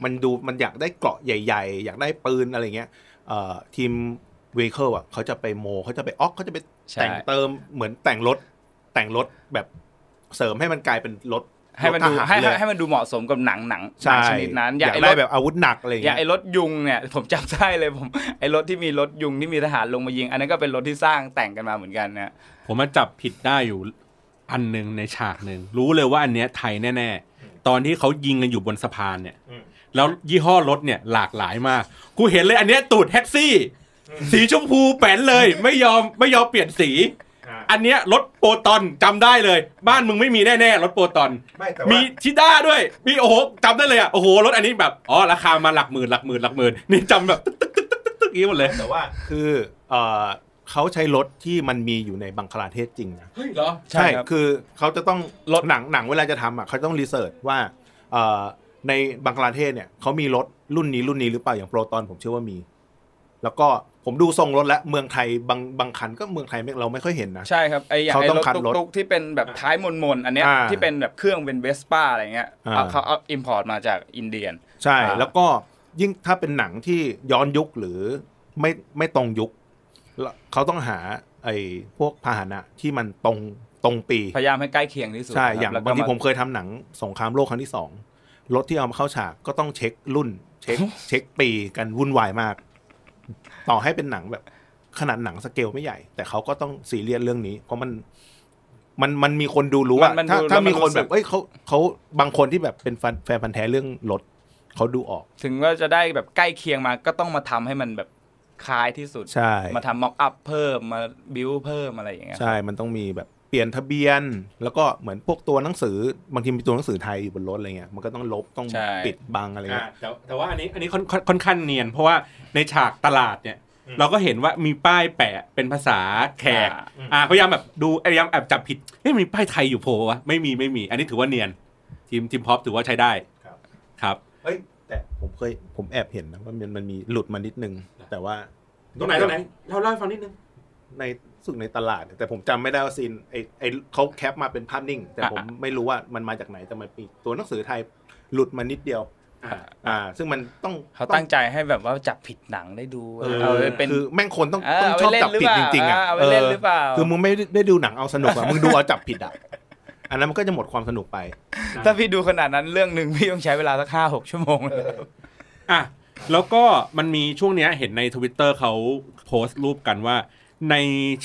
มันดูมันอยากได้เกราะใหญ่ ๆ อยากได้ปืนอะไรเงี้ยเอ่อทีม Vehicle อ่ะเขาจะไปโมเขาจะไปออกเขาจะไป
ใช่
แต่งเติมเหมือนแต่งรถแต่งรถแบบเสริมให้มันกลายเป็นรถ
ให้มันดู
รถทาร
ให้ให้
เลย
ให้มันดูเหมาะสมกับหนังหนังหนั
ใช่
งชนิดนั้น
อ
อาย
ยาก ก
ไอ้ร
ได้
ถ
แบบอาวุธหนักอะไร
อย่าง
เงี้ย
ไอ้รถยุงเนี่ย ผมจำได้เลยผมไอ้รถที่มีรถยุงที่มีทหารลงมายิง อันนั้นก็เป็นรถที่สร้างแต่งกันมาเหมือนกันนะ
ผมมาจับผิดได้อยู่อันหนึ่งในฉากหนึ่งรู้เลยว่าอันเนี้ยไทยแน่ ๆ ตอนที่เขายิงกันอยู่บนสะพานเนี่ย
อืม
แล้วยี่ห้อรถเนี่ยหลากหลายมาก กูเห็นเลยอันเนี้ยตูดแท็กซี่ สีชมพูแป้นเลย ไม่ยอมไม่ยอมเปลี่ยนสี อันเนี้ยรถโปรตอนจำได้เลย บ้านมึงไม่มีแน่ๆรถโปรตอน มีชิด้าด้วยมีโอ้โหจำได้เลยอ่ะโอ้โหรถอันนี้แบบอ๋อราคามาหลักหมื่นหลักหมื่นหลักหมื่นนี่จำแบบตึ๊กตึ๊กตึ๊กตึ๊กตึ๊กตึ๊กอย่างนี้หมดเลย
แต่ว่าคือเอ่อเขาใช้รถที่มันมีอยู่ในบังคลาเทศจริงนะ
เฮ้ยเหรอ
ใช่
ครับ
คือเขาจะต้อง
รถ
หนังหนังเวลาจะทำอ่ะเขาต้องรีเสิร์ชว่าเอ่อในบังคลาเทศเนี่ยเขามีรถรุ่นนี้รุ่นนี้หรือเปล่าอย่างโปรตอนผมเชื่อว่ามี แล้วก็ผมดูทรงรถแล้วเมืองไทยบางบางคันก็เมืองไทยไม่เราไม่ค่อยเห็นนะ
ใช่ครับไอ้อย่าง
เขา
ไอ้
ต้อ
รง ถ
คัดรถ
ตุ๊กๆที่เป็นแบบท้ายมนมนๆอันเนี้ย
อ่า
ที่เป็นแบบเครื่องเป็นเวสป้าอะไรเงี้ย
อ่า
เอาเขาเอาอิมพอร์ตมาจากอินเดียน
ใช่
อ่า
แล้วก็ยิ่งถ้าเป็นหนังที่ย้อนยุคหรือไม่ไม่ตรงยุคแล้วเขาต้องหาไอ้พวกพาหนะที่มันตรงตรงปี
พยายามให้ใกล้เคียงที่สุด
ใช่
ครับ
อย่าง
แล้วก็
บางทีผมเคยทำหนังสงครามโลกครั้งที่สองรถที่เอามาเข้าฉากก็ต้องเช็ครุ่น เช็ค เช็คปีกันวุ่นวายมาก ต่อให้เป็นหนังแบบขนาดหนังสเกลไม่ใหญ่ แต่เขาก็ต้องซีเรียสเรื่องนี้ เพราะมันมันมันมีคนดูรู้ว่าน
มัน
ถ้า
ดู
ถ้า
แล้ว
มีคน
รู้
แบ
สึก
บเอ้ยเขาเขาบางคนที่แบบเป็นแฟนแฟนพันธ์แท้เรื่องรถเขาดูออก
ถึงว่าจะได้แบบใกล้เคียงมาก็ต้องมาทำให้มันแบบคล้ายที่สุด
ใช่
มาทำม็อกอัพเพิ่มมาบิวเพิ่มอะไรอย่างเงี้ย
ใช่ มันต้องมีแบบเปลี่ยนทะเบียน แล้วก็เหมือนพวกตัวหนังสือบางทีมีตัวหนังสือไทยอยู่บนรถอะไรเงี้ยมันก็ต้องลบต้องปิดบังอะไร
อ่า
เงี้ย
แต่แต่ว่าอันนี้อันนี้ค่อนค่อนค่อนข้างเนียน เพราะว่าในฉากตลาดเนี่ย เราก็เห็นว่ามีป้ายแปะเป็นภาษาแขก
อ่า
อ่าพยายามแบบดูพยายามแอบจับผิดเฮ้ยมีป้ายไทยอยู่โผล่วะไม่มีไม่มี อันนี้ถือว่าเนียน ทีมทีมพอปถือว่าใช้ได้
ครับ
ครับ
เฮ้ยแต่ผมเคยผมแอบเห็นนะว่ามันมันมีหลุดมานิดนึง แต่ว่า
ตรงไหนตรงไหนเล่าเล่าให้ฟังนิดนึง
ในสุดในตลาดเนี่ยแต่ผมจำไม่ได้ว่าซีนไอไอเขาแคปมาเป็นภาพนิ่ง แต่
อ่ะ
ผมไม่รู้ว่ามันมาจากไหนแต่มันมีตัวหนังสือไทยหลุดมานิดเดียว
อ่า
อ่า ซึ่งมันต้อง
เขาตั้งใจให้แบบว่าจับผิดหนังได้ดู
เออ
เอาไว้เป็น
คือแม่งคนต้อง
เออ
ต้อง
เอาไว้
ชอบ
เล่น
จับผิด
หรื
จ
อ
ริงๆ
เปล่า
อ่ะ
เออเอาไว้เล่นหรือเปล่า
คือมึงไม่ได้ดูหนังเอาสนุกอ่ะมึงดูเอาจับผิดอ่ะอันนั้นมันก็จะหมดความสนุกไป
ถ้าพี่ดูขนาดนั้นเรื่องหนึ่งพี่ต้องใช้เวลาสักห้าหกชั่วโมงเลย
อ่ะแล้วก็มันมีช่วงเนี้ยเห็นในทวิตเตอร์เขาโพสต์รูปกันว่า ใน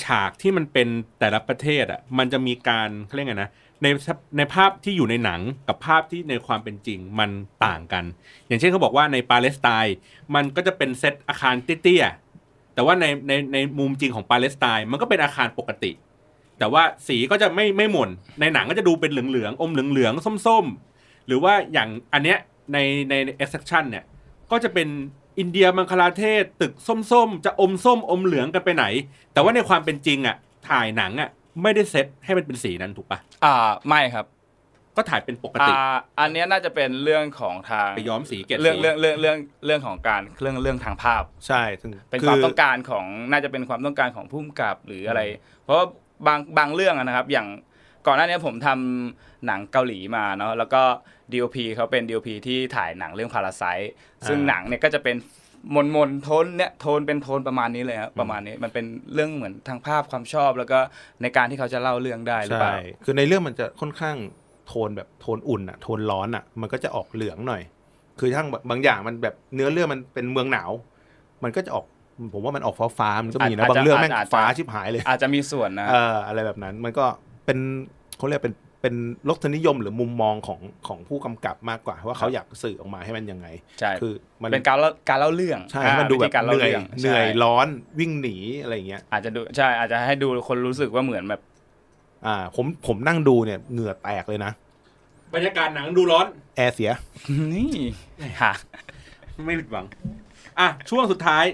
ฉากที่มันเป็นแต่ละประเทศอ่ะมันจะมีการเขาเรียกไงนะในในภาพที่อยู่ในหนังกับภาพที่ในความเป็นจริงมันต่างกัน อย่างเช่นเขาบอกว่าในปาเลสไตน์มันก็จะเป็นเซตอาคารเตี้ยๆแต่ว่าในในในมุมจริงของปาเลสไตน์มันก็เป็นอาคารปกติ แต่ว่าสีก็จะไม่ไม่หม่นในหนังก็จะดูเป็นเหลืองๆอมเหลืองๆส้มๆ หรือว่าอย่างอันเนี้ยในใน e x c e p t i o n เนี่ยก็จะเป็นอินเดียบังคลาเทศตึกส้มๆ จะอมส้มอมเหลืองกันไปไหน แต่ว่าในความเป็นจริงอ่ะถ่ายหนังอ่ะไม่ได้เซตให้มันเป็นสีนั้นถูกปะ
อ่าไม่ครับ
ก็ถ่ายเป็นปก
อ่า
ติ
อันเนี้ยน่าจะเป็นเรื่องของทาง
ไปย้อมสีเกล็ด
เรื่อง
สี
เรื่องเรื่องเรื่องเรื่องของการเรื่องเรื่องทางภาพ
ใช่ถึง
เป็น
คื
ความ
อ
ต้องการของน่าจะเป็นความต้องการของผู้กำกับหรืออะไร เพราะว่าบางบางเรื่องอะนะครับ อย่างก่อนหน้านี้ผมทำหนังเกาหลีมาเนาะแล้วก็ DOP เขาเป็น DOP ที่ถ่ายหนังเรื่องพาราไซซึ่งหนังเนี่ยก็จะเป็นมนมนๆโทนเนี่ยโทนเป็นโทนประมาณนี้เลยครับประมาณนี้มันเป็นเรื่องเหมือนทางภาพความชอบ แล้วก็ในการที่เขาจะเล่าเรื่องได้หรือเป
ใช่
ล่า
คือในเรื่องมันจะค่อนข้างโทนแบบโทนอุ่นอะโทนร้อนอะมันก็จะออกเหลืองหน่อย คือทั้งบางอย่างมันแบบเนื้อเรื่องมันเป็นเมืองหนาว มันก็จะออก ผมว่ามันออกฟ้าฟ้าๆมันก็มีนะ
อาจจะ
บางเรื่องแม่ง
อาจจะ
ฟ้าชิบหายเลย
อาจจะมีส่วนนะ
เอออะไรแบบนั้น มันก็เป็นเขาเรียกเป็นเป็นรสนิยมหรือมุมมองของของผู้กำกับมากกว่า ว่าเขาอยากสื่อออกมาให้มันยังไง
ใช่
คือมัน
เป็นการเล่าการเล่าเรื่อง
ใช่
อ่า
ให้มันดูแบ
วิ
บ
ธีการ
เห
เล่า
นื่อย
เรื่อง
เหนื่อย
ใช่
ร้อนวิ่งหนีอะไรอย่างเงี้ย
อาจจะดูใช่อาจจะให้ดูคนรู้สึกว่าเหมือนแบบ
อ่า ผมผมนั่งดูเนี่ยเหงื่อแตกเลยนะ
บรรยากาศหนังดูร้อน
แอร์เสีย
นี่หา
ไม่ผิดหวัง อ่ะ ช่วงสุดท้าย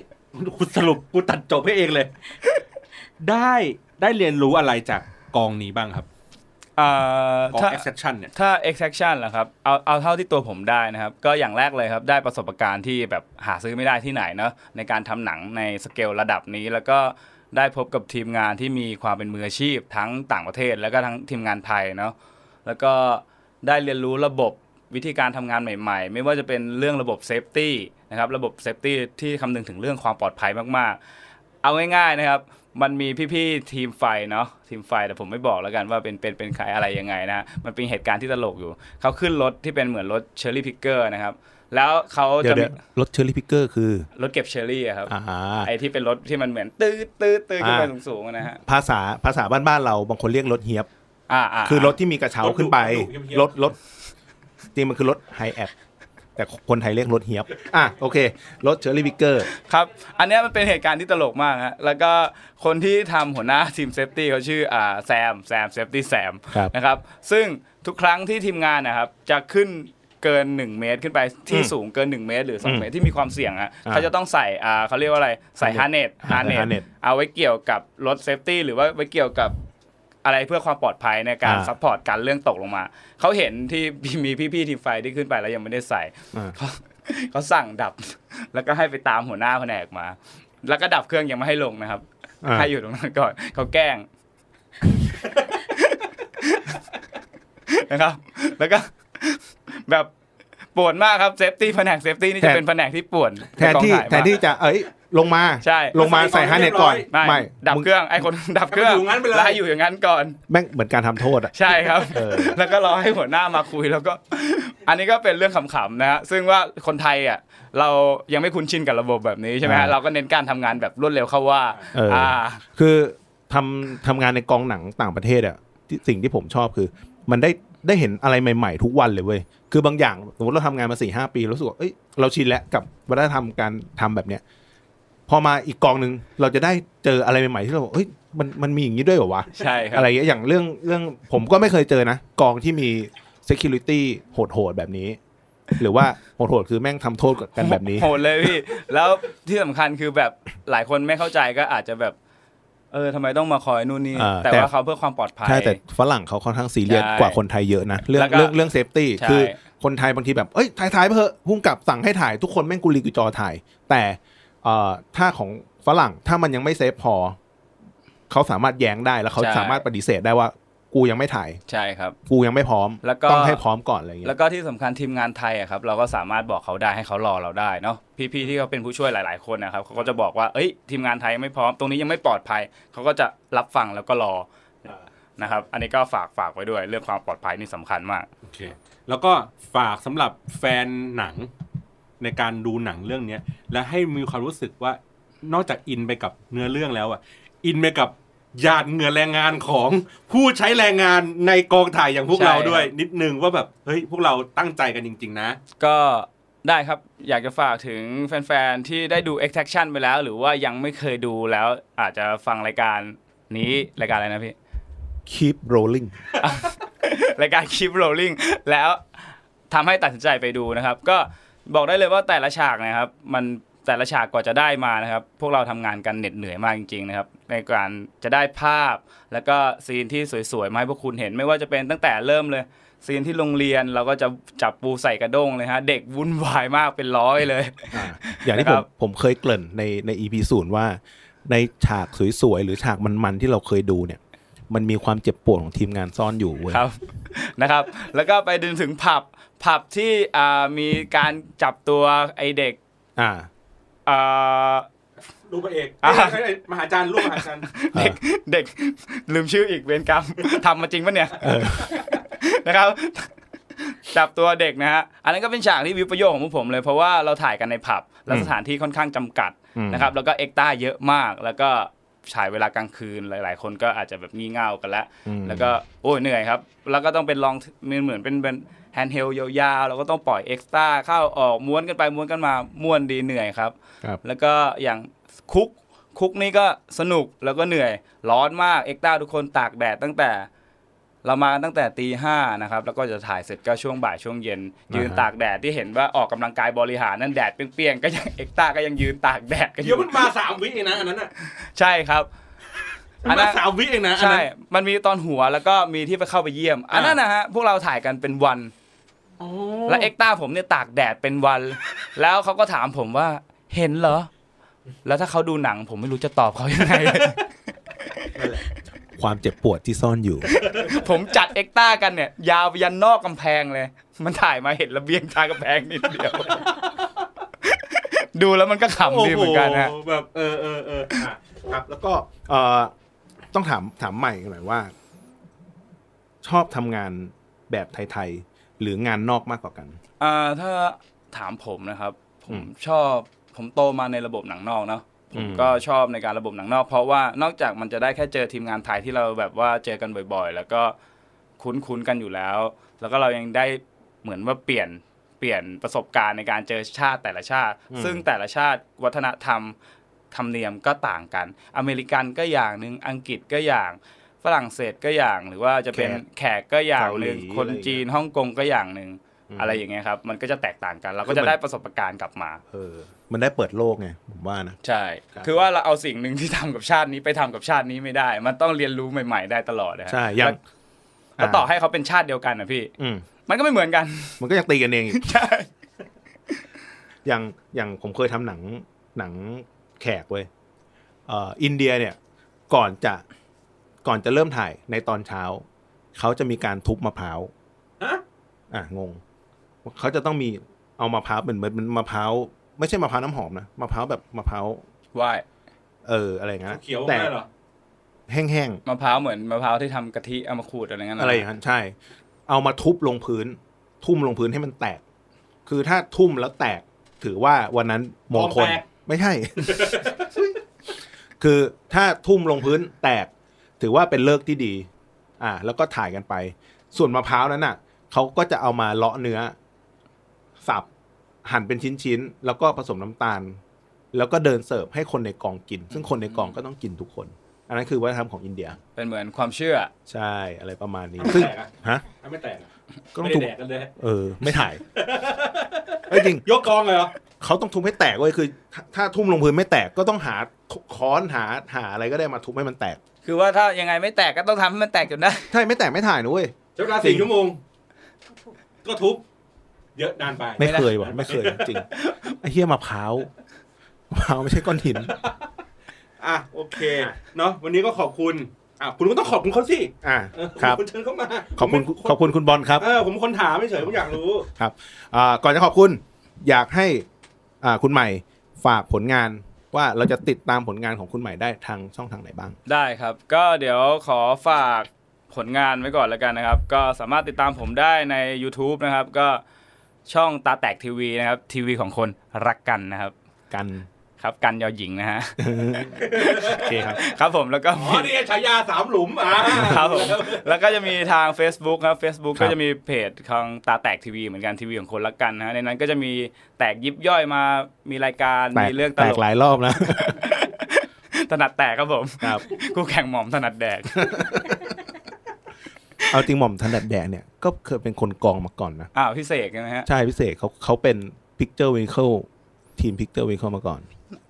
กูสรุปกูตัดจบให้เองเลย ได้ได้เรียนรู้อะไรจากกองนี้บ้างครับ
เอ่อก
อง
ถ้า
exception เนี่ย
ถ้า extraction เหรอครับเอาเอาเท่าที่ตัวผมได้นะครับ ก็อย่างแรกเลยครับได้ประสบการณ์ที่แบบหาซื้อไม่ได้ที่ไหนเนอะในการทำหนังในสเกลระดับนี้ แล้วก็ได้พบกับทีมงานที่มีความเป็นมืออาชีพ ทั้งต่างประเทศ แล้วก็ทั้งทีมงานไทยเนอะแล้วก็ได้เรียนรู้ระบบวิธีการทำงานใหม่ ๆ ไม่ว่าจะเป็นเรื่องระบบเซฟตี้นะครับระบบเซฟตี้ที่คำนึงถึงเรื่องความปลอดภัยมากๆ เอาง่ายๆนะครับ มันมีพี่ๆทีมไฟเนาะทีมไฟแต่ผมไม่บอกแล้วกันว่าเป็นเป็นเป็นใครอะไรยังไงนะฮะมันเป็นเหตุการณ์ที่ตลกอยู่ เขาขึ้นรถที่เป็นเหมือนรถเชอร์รี่พิกเกอร์นะครับ แล้วเขา
เดี๋ยว
จะมี
เดี๋ยวรถเชอร์รี่พิกเกอร์คือ
รถเก็บเชอร์รี่อะครับ
อ่า
ไอ้ที่เป็นรถที่มันเหมือนตื้อตื้อตื้อขึ้นไป
อ่า
สูงๆอะนะฮะ
ภาษาภาษาบ้านๆเราบางคนเรียกรถเฮียบ
อ่าา
คือรถที่มีกระเช้าร
ถดุ
ขึ้นไป
รถดุเฮียบๆ
รถรถจริงมันคือรถไฮแอปแต่คนไทยเรียกรถเฮียบ อ่ะโอเค รถเชอร์รี่วิกเกอร์
ครับ อันเนี้ยมันเป็นเหตุการณ์ที่ตลกมากฮะแล้วก็คนที่ทำหัวหน้าทีมเซฟตี้เขาชื่ออ่าแซมแซมเซฟตี้แซม
ครับ
นะครับซึ่งทุกครั้งที่ทีมงานนะครับจะขึ้นเกิน 1 เมตรขึ้นไปที่
อืม
สูงเกิน 1 เมตร หรือ
อื
2
ม
เมตรที่มีความเสี่ยงอ่ะ
อ่า
เขาจะต้องใส่อ่าเขาเรียกว่าอะไรใส่ฮาร์เนตฮาร์เน
harness
ต
harness
เอาไว้เกี่ยวกับรถเซฟตี้หรือว่าไว้เกี่ยวกับอะไรเพื่อความปลอดภัยในการ
อ่า
ซัพพอร์ตการเรื่องตกลงมา เขาเห็นที่ มีพี่ๆทีมไฟที่ขึ้นไปแล้วยังไม่ได้ใส่
อ่า
เขา เขาสั่งดับ แล้วก็ให้ไปตามหัวหน้าแผนกมา แล้วก็ดับเครื่องยังไม่ให้ลงนะครับ
อ่า
ให้อยู่ตรงนั้นก่อนเขาแกล้ง นะครับ แล้วก็ แบบปวดมากครับเซฟตี้แผนกเซฟตี้นี่จะเป็นแผนกที่ปวด
แทนที่แทนที่จะเอ้ย ลงมา
ใช่
ลงมาใส่ฮาร์เน็ตก่อน
ไม่
ไม่
ดับ
มึง
เครื่องไอ้คน ดับเครื่อง
ให้มันอยู่งั้นไปเลย
แล้วให้อยู่อย่างนั้นก่อน
แม่งเหมือนการทำโทษอ่ะ
ใช่ครับ
เออ
แล้วก็รอให้หัวหน้ามาคุยแล้วก็ อันนี้ก็เป็นเรื่องขำๆนะฮะ ซึ่งว่าคนไทยอ่ะเรายังไม่คุ้นชินกับระบบแบบนี้ใช่ไหมฮะ
อ่า
เราก็เน้นการทำงานแบบรวดเร็วเข้าว่า
เอออ่
อ่า
คือทำทำงานในกองหนังต่างประเทศอ่ะที่สิ่งที่ผมชอบคือ มันได้ได้เห็นอะไรใหม่ๆทุกวันเลยเว้ยคือบางอย่างสมมติเราทำงานมาสี่ห้าปีเราสึกว่าเอ้ยเราชินแล้วกับวัฒนธรรมการทำแบบเนี้ยพอมาอีกกองหนึ่งเราจะได้เจออะไรใหม่ๆที่เราบอกเฮ้ยมันมันมีอย่างนี้ด้วยเหรอวะ
ใช่ครับ
อะไรอย่างเงี้ยอย่างเรื่องเรื่องผมก็ไม่เคยเจอนะ กองที่มี security โหดๆ แบบนี้ หรือว่าโหดๆ คือแม่งทำโทษกันแบบนี้
โหดเลยพี่ แล้วที่สำคัญคือแบบหลายคนไม่เข้าใจก็อาจจะแบบ เออทำไมต้องมาคอยนู่นนี่
อ่า
แต่
แต่
ว่าเขาเพื่อความปลอดภัย
ใช่แต่ฝรั่งเขาค่อนข้างซีเรียส
ใช่
กว่าคนไทยเยอะนะ เรื่อง
แล้วก็
เรื่องเรื่อง safety
ใช่
คือคนไทยบางทีแบบ เอ้ยถ่ายถ่ายไปเถอะพุ่งกับสั่งให้ถ่ายทุกคนแม่งกุลีกุจอถ่าย แต่เอ่อถ้าของฝรั่งถ้ามันยังไม่เซฟพอ เขาสามารถแย้งได้แล้วเขาสามารถปฏิเสธได้ว่ากูยังไม่ถ่าย
ใช่ครับ
กูยังไม่พร้อม
แล้วก็
ต้องให้พร้อมก่อนอะไรอย่างเงี้ย
แล้วก็ที่สำคัญทีมงานไทยอะครับเราก็สามารถบอกเขาได้ให้เขารอเราได้เนาะพี่ๆที่เขาเป็นผู้ช่วยหลาย ๆคนนะครับเขาก็จะบอกว่าเอ้ยทีมงานไทยไม่พร้อมตรงนี้ยังไม่ปลอดภัยเขาก็จะรับฟังแล้วก็รอนะครับ อันนี้ก็ฝากฝากไว้ด้วย เรื่องความปลอดภัยนี่สำคัญมาก
โอเค แล้วก็ฝากสำหรับแฟนหนังในการดูหนังเรื่องเนี้ย และให้มีความรู้สึกว่านอกจากอินไปกับเนื้อเรื่องแล้วอ่ะ อินไปกับหยาดเหงื่อแรงงานของผู้ใช้แรงงานในกองถ่ายอย่างพวกเรา
ใช่ครับ
ด้วย นิดนึงว่าแบบเฮ้ยพวกเราตั้งใจกันจริง ๆ นะ
ก็ได้ครับอยากจะฝากถึงแฟนๆ ที่ได้ดู Extraction ไปแล้ว หรือว่ายังไม่เคยดูแล้วอาจจะฟังรายการนี้รายการอะไรนะพี่
keep rolling
รายการ Keep Rolling แล้วทำให้ตัดสินใจไปดูนะครับ ก็บอกได้เลยว่าแต่ละฉากนะครับ มันแต่ละฉากกว่าจะได้มานะครับ พวกเราทำงานกันเหน็ดเหนื่อยมากจริงๆนะครับ ในการจะได้ภาพ แล้วก็ซีนที่สวยๆมาให้พวกคุณเห็นไม่ว่าจะเป็นตั้งแต่เริ่มเลย ซีนที่โรงเรียนเราก็จะจับปูใส่กระด้งเลยฮะเด็กวุ่นวายมากเป็นร้อยเลย
อ่าอย่างที่
นะ
ผ
ครั
ม
บ
ผมเคยเกริ่นในใน EP ศูนย์ว่า ในฉากสวยๆ หรือฉากมันๆ ที่เราเคยดูเนี่ย มันมีความเจ็บปวดของทีมงานซ่อนอยู่เว้ย
ครับ นะครับ แล้วก็ไปดึงถึงผับผับที่อ่ามีการจับตัวไอเด็ก
อ่า
อ่า
รูปเอก
อ่ะ
มหาจารย์รูปมหาจารย์
เด็กเด็ก ลืมชื่ออีกเวรกรรม ทำมาจริงปะเนี่ยนะครับ จับตัวเด็กนะฮะอันนั้นก็เป็นฉากที่วิปโยคของพวกผมเลยเพราะว่าเราถ่ายกันในผับและ
อืม
สถานที่ค่อนข้างจำกัด
อืม
นะครับ แล้วก็เอ็กต้าเยอะมาก แล้วก็ฉายเวลากลางคืนหลาย ๆ คนก็อาจจะแบบงี่เง่ากันแล้ว
อืม
แล้วก็โอ้ยเหนื่อยครับ แล้วก็ต้องเป็นลองมันเหมือนเป็นเป็นแฮนด์เฮลยาวๆเราก็ต้องปล่อยเอ็กซ์ต้าเข้าออกม้วนกันไปม้วนกันมาม้วนดีเหนื่อยครับ
ครับ
แล้วก็อย่างคุกคุกนี่ก็สนุกแล้วก็เหนื่อย ร้อนมากเอ็กซ์ต้าทุกคนตากแดดตั้งแต่ เรามาตั้งแต่ตีห้านะครับ แล้วก็จะถ่ายเสร็จก็ช่วงบ่ายช่วงเย็น
อ่าฮะ
ยืนตากแดดที่เห็นว่าออกกำลังกายบริหารนั่นแดดเปรี้ยงๆก็ยังเอ็กซ์ต้าก็ยังยืนตากแดดกันอ
เดี๋ยว
ยู่
มันมาสามวิเองนะอันนั้นอ่ะ
ใช่ครับ
มันมาสามวิเองนะอัน
ใช่
นั้น
มันมีตอนหัวแล้วก็มีที่ไปเข้าไปเยี่ยม อันนั้น
อ่าน
นะฮะ พวกเราถ่ายกันเป็นวัน
อ๋อ
และเอ็กต้าผมเนี่ยตากแดดเป็นวัน แล้วเขาก็ถามผมว่าเห็นเหรอ แล้วถ้าเขาดูหนังผมไม่รู้จะตอบเขายังไง
ความเจ็บปวดที่ซ่อนอยู่
ผมจัดเอ็กต้ากันเนี่ย ยาวไปยันนอกกำแพงเลย มันถ่ายมาเห็นระเบียงทางกำแพงนิดเดียว ดูแล้วมันก็ขำดีเหมือนกันนะ
โโหแบบเออเออเอออ่ะ
ครับแล้วก็เออต้องถามถามใหม่หน่อยว่า ชอบทำงานแบบไทยๆ หรืองานนอกมากกว่ากัน
อ่าถ้าถามผมนะครับ ผม
อืม
ชอบผมโตมาในระบบหนังนอกเนาะผ
อื
ม
ม
ก็ชอบในการระบบหนังนอก เพราะว่านอกจากมันจะได้แค่เจอทีมงานไทยที่เราแบบว่าเจอกันบ่อย ๆ แล้วก็คุ้นคุ้นๆกันอยู่แล้ว แล้วก็เรายังได้เหมือนว่าเปลี่ยนเปลี่ยนประสบการณ์ในการเจอชาติแต่ละชาติ ซึ่งแต่ละชาติวัฒนธรรมธรรมเนียมก็ต่างกัน อเมริกันก็อย่างหนึ่งอังกฤษก็อย่างฝรั่งเศสก็อย่าง หรือว่าจะเป็นแขกก็อย่างหนึ่ง
เกาหลี
คน
อะไรอย่างเงี้ย
จีนฮ่องกงก็อย่างหนึ่ง
อืม
อะไรอย่างเงี้ยครับ มันก็จะแตกต่างกัน เรา
คื
ก็
อ
จะ
มัน
ได้ประสบการณ์กลับมา
เออ มันได้เปิดโลกไงผมว่านะ
ใช่
ครับ
คือว่าเราเอาสิ่งหนึ่งที่ทำกับชาตินี้ไปทำกับชาตินี้ไม่ได้ มันต้องเรียนรู้ใหม่ ๆ ได้ตลอดนะฮะ
ใช่อย่าง
แล้วแล้วต่อให้เขาเป็นชาติเดียวกันนะพี่
อืม
มันก็ไม่เหมือนกัน
มันก็ยังตีกันเองอีก
ใช่
อย่างอย่างผมเคยทำหนังหนังแขกเว้ยเอ่ออินเดียเนี่ยก่อนจะก่อนจะเริ่มถ่ายในตอนเช้า เขาจะมีการทุบมะพร้าว
ฮะ
อ่ะงงเขาจะต้องมีเอามะพร้าวเหมือนเหมือนมะพร้าวไม่ใช่มะพร้าวน้ำหอมนะมะพร้าวแบบมะพร้าว
ว่า
เอออะไรอย่างเงี้ยนะ
เขียว
แต่
ได้เหรอ
แห้ง
มะพร้าวเหมือนมะพร้าวที่ทำกะทิเอามาขูดอะไรเงี้
ๆ
ยนะ
อะไรอย่างนั้นใช่ เอามาทุบลงพื้น ทุ่มลงพื้นให้มันแตก คือถ้าทุ่มแล้วแตกถือว่าวันนั้นมงคล ไม่ใช่ คือถ้าทุ่มลงพื้นแตก ถือว่าเป็นเลิกษ์ที่ดี อ่า แล้วก็ถ่ายกันไป ส่วนมะพร้าวนั้นน่ะ เขาก็จะเอามาเลาะเนื้อ สับ หั่นเป็นชิ้นๆ แล้วก็ผสมน้ำตาล แล้วก็เดินเสิร์ฟให้คนในกองกิน ซึ่งคนในกองก็ต้องกินทุกคน อันนั้นคือวัฒนธรรมของอินเดีย
เป็นเหมือนความเชื่อ
ใช่ อะไรประมาณนี้
เอาไม่
ซึ่ง
แตกอะ
ฮะ
เอาไม่แตกอะ
ก็ต้
ไม่
อง
ได้แด
ทุบ
กกันเลยฮะ
เออ ไม่ถ่ายเอ้ยจริง
ยกกองเลยเหรอ
เขาต้องทุบให้แตกเว้ยคือถ้าถ้าทุ่มลงพื้นไม่แตกก็ต้องหาค้อนหาหาอะไรก็ได้มาทุบให้มันแตก
คือว่าถ้ายังไงไม่แตกก็ต้องทำให้มันแตกจนได้
ใช่ไม่แตกไม่ถ่ายนะเว้ย
ใช้เวลา
จริ
สี่
ง
ชั่วโมง ก็ทุบ เยอะนานไป
ไม่เคยว่ะไม่เคยจริงไอ้เหี้ยมะพร้าวมะพร้าวไม่ใช่ก้อนหิน
อ่ะ โอเค เนอะวันนี้ก็ขอบคุณ อ่ะ คุณก็ต้องขอบคุณเขาสิ
อ่า
เออ
ครับ
คุณเชิญเข้ามา
ขอบคุณ
ผมไม่
ขอบคุณคุณบอลครับ
เออผมคนถามไม่เฉยผมอยากรู้
อ่าก่อนจะขอบคุณ อยากให้อ่าคุณใหม่ฝากผลงานว่าเราจะติดตามผลงานของคุณใหม่ได้ทางช่องทางไหนบ้าง
ได้ครับ ก็เดี๋ยวขอฝากผลงานไว้ก่อนแล้วกันนะครับ ก็สามารถติดตามผมได้ใน YouTube นะครับ ก็ช่องตาแตกทีวีนะครับ ทีวีของคนรักกันนะครับ
กัน
ครับกันยอหญิงนะฮะ
โอเคครับ
ครับผมแล้วก็
อ๋อ
มี
นี่ไงฉายาสามหลุมอ่ะ
ครับผมแล้วก็จะมีทาง Facebook ครับ Facebook
ครั
ก็
บ
จะมีเพจของตาแตกทีวีเหมือนกันทีวีของคนละกันนะฮะในนั้นก็จะมีแตกยิบย่อยมามีรายการ
แตก
มีเรื่องต
แต
ล
ก
ก
หลายรอบนะ
ถนัดแตกครับผม
ครับ
กูแข่งหม่อมถนัดแดก
เอาจริงหม่อมถนัดแดกเนี่ยก็เคยเป็นคนกองมาก่อนนะ
อ้าวพี่เสกใช่ไหมฮะ
ใช่พิเศษเขาเขาเป็น Picture Vehicle ทีม Picture Vehicle มาก่อน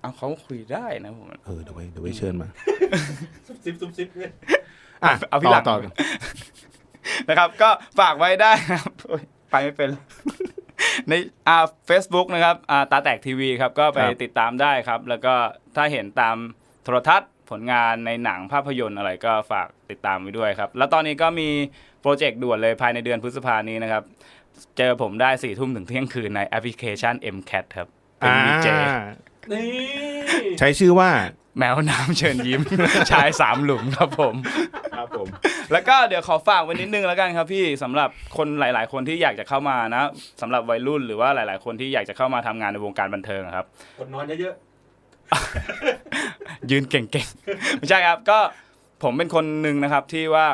เอาเขาคุยได้นะผม
เออเดี๋ยวไว้เดี๋ยวไว้เชิญมา
ซุบซิบซุบซิบเนี่ย
อ่ะ
เอาพี่หลัง
ต่อ
นะครับ ก็ฝากไว้ได้นะครับโอ๊ย ไปไม่เป็น ในอ่า Facebook นะครับอ่าตาแตกทีวีครับ ก็ไป
ครับ
ติดตามได้ครับ แล้วก็ถ้าเห็นตามโทรทัศน์ผลงานในหนังภาพยนตร์อะไรก็ฝากติดตามไว้ด้วยครับ แล้วตอนนี้ก็มีโปรเจกต์ด่วนเลยภายในเดือนพฤษภานี้นะครับ เจอผมได้สี่ทุ่มถึงเที่ยงคืนในแอปพลิเคชัน MCAT ครับ เป็น
อ่า
วีเจ
นี่
ใช้ชื่อว่า
แมวน้ำเชิญยิ้ม ชายสามหลุมครับผม
ครับผม
แล้วก็เดี๋ยวขอฝากไว้นิดนึงแล้วกันครับพี่สำหรับคนหลาย ๆ คนที่อยากจะเข้ามานะสำหรับวัยรุ่นหรือว่าหลาย ๆ คนที่อยากจะเข้ามาทำงานในวงการบันเทิงอะครับ
คนนอนเยอะ
ยืนเก่ง ๆ ไม่ใช่ครับก็ผมเป็นคนหนึ่งนะครับที่ว่า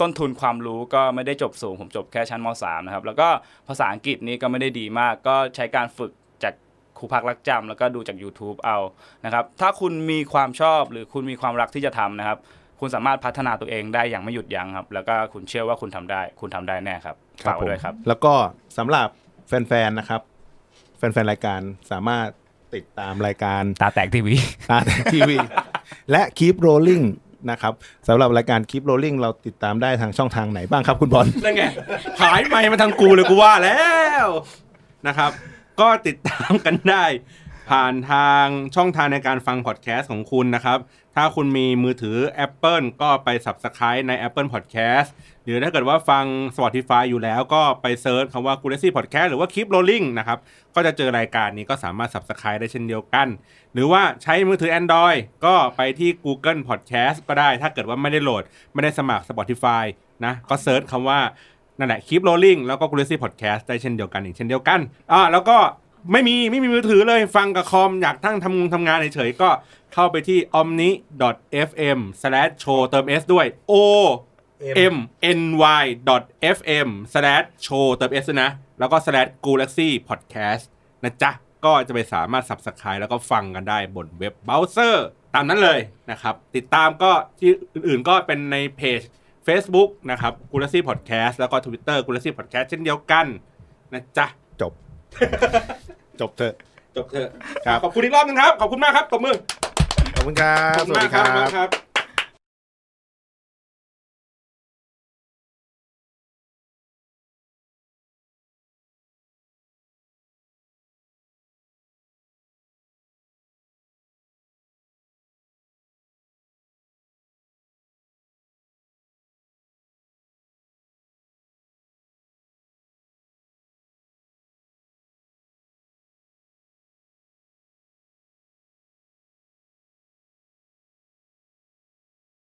ต้นทุนความรู้ก็ไม่ได้จบสูง ผมจบแค่ชั้นม .3 นะครับแล้วก็ภาษาอังกฤษนี่ก็ไม่ได้ดีมาก ก็ใช้การฝึกจากครูพักรักจำแล้วก็ดูจาก YouTube เอานะครับถ้าคุณมีความชอบหรือคุณมีความรักที่จะทำนะครับ คุณสามารถพัฒนาตัวเองได้อย่างไม่หยุดยั้งครับ แล้วก็คุณเชื่อว่าคุณทำได้ คุณทำได้แน่ครับฝากไว้ด้วยครับ
แล้วก็สำหรับแฟนๆนะครับ แฟนๆ รายการสามารถติดตามรายการ
ตาแตกทีวี
ตาทีวี และ Keep Rolling นะครับสำหรับรายการ Keep Rolling เราติดตามได้ทางช่องทางไหนบ้างครับคุณบอล
ๆนั่นไงหายไปมาทางกูเลยกูว่าแล้วนะครับ ก็ติดตามกันได้ ผ่านทางช่องทางในการฟังพอดแคสต์ของคุณนะครับ ถ้าคุณมีมือถือ Apple ก็ไป Subscribe ใน Apple Podcast หรือถ้าเกิดว่าฟัง Spotify อยู่แล้วก็ไปเซิร์ชคำว่า c u r a c y Podcast หรือว่า Keep Rolling นะครับ ก็จะเจอรายการนี้ก็สามารถ Subscribe ได้เช่นเดียวกัน หรือว่าใช้มือถือ Android ก็ไปที่ Google Podcast ก็ได้ ถ้าเกิดว่าไม่ได้โหลด ไม่ได้สมัคร Spotify นะ ก็เซิร์ชคำว่า นั่นแหละคลิปโรลลิงแล้วก็ Crazy Podcast ได้เช่นเดียวกันอีกเช่นเดียวกันอ่าแล้วก็ไม่มีไม่มีมือถือเลยฟังกับคอมอยากทั้งทำงงทำงานเฉยๆก็เข้าไปที่ omni.fm show เติม s ด้วย o m n y fm show เติม s ด้วยนะ แล้วก็ slash galaxy podcast นะจ๊ะ ก็จะไปสามารถ subscribe แล้วก็ฟังกันได้บนเว็บเบราว์เซอร์ ตามนั้นเลยนะครับ ติดตามก็ที่อื่นๆก็เป็นในเพจ Facebook นะครับกูลซี่พอดแคสต์แล้วก็ Twitter กูลซี่พอดแคสต์เช่นเดียวกันนะจ๊ะ
จบ จบเถอะ
จบเถอะ
ครับ
ขอบคุณอีกรอบนึงครับ ขอบคุณมากครับตบมือ
ขอบคุณครับ
ขอบคุณมากครับ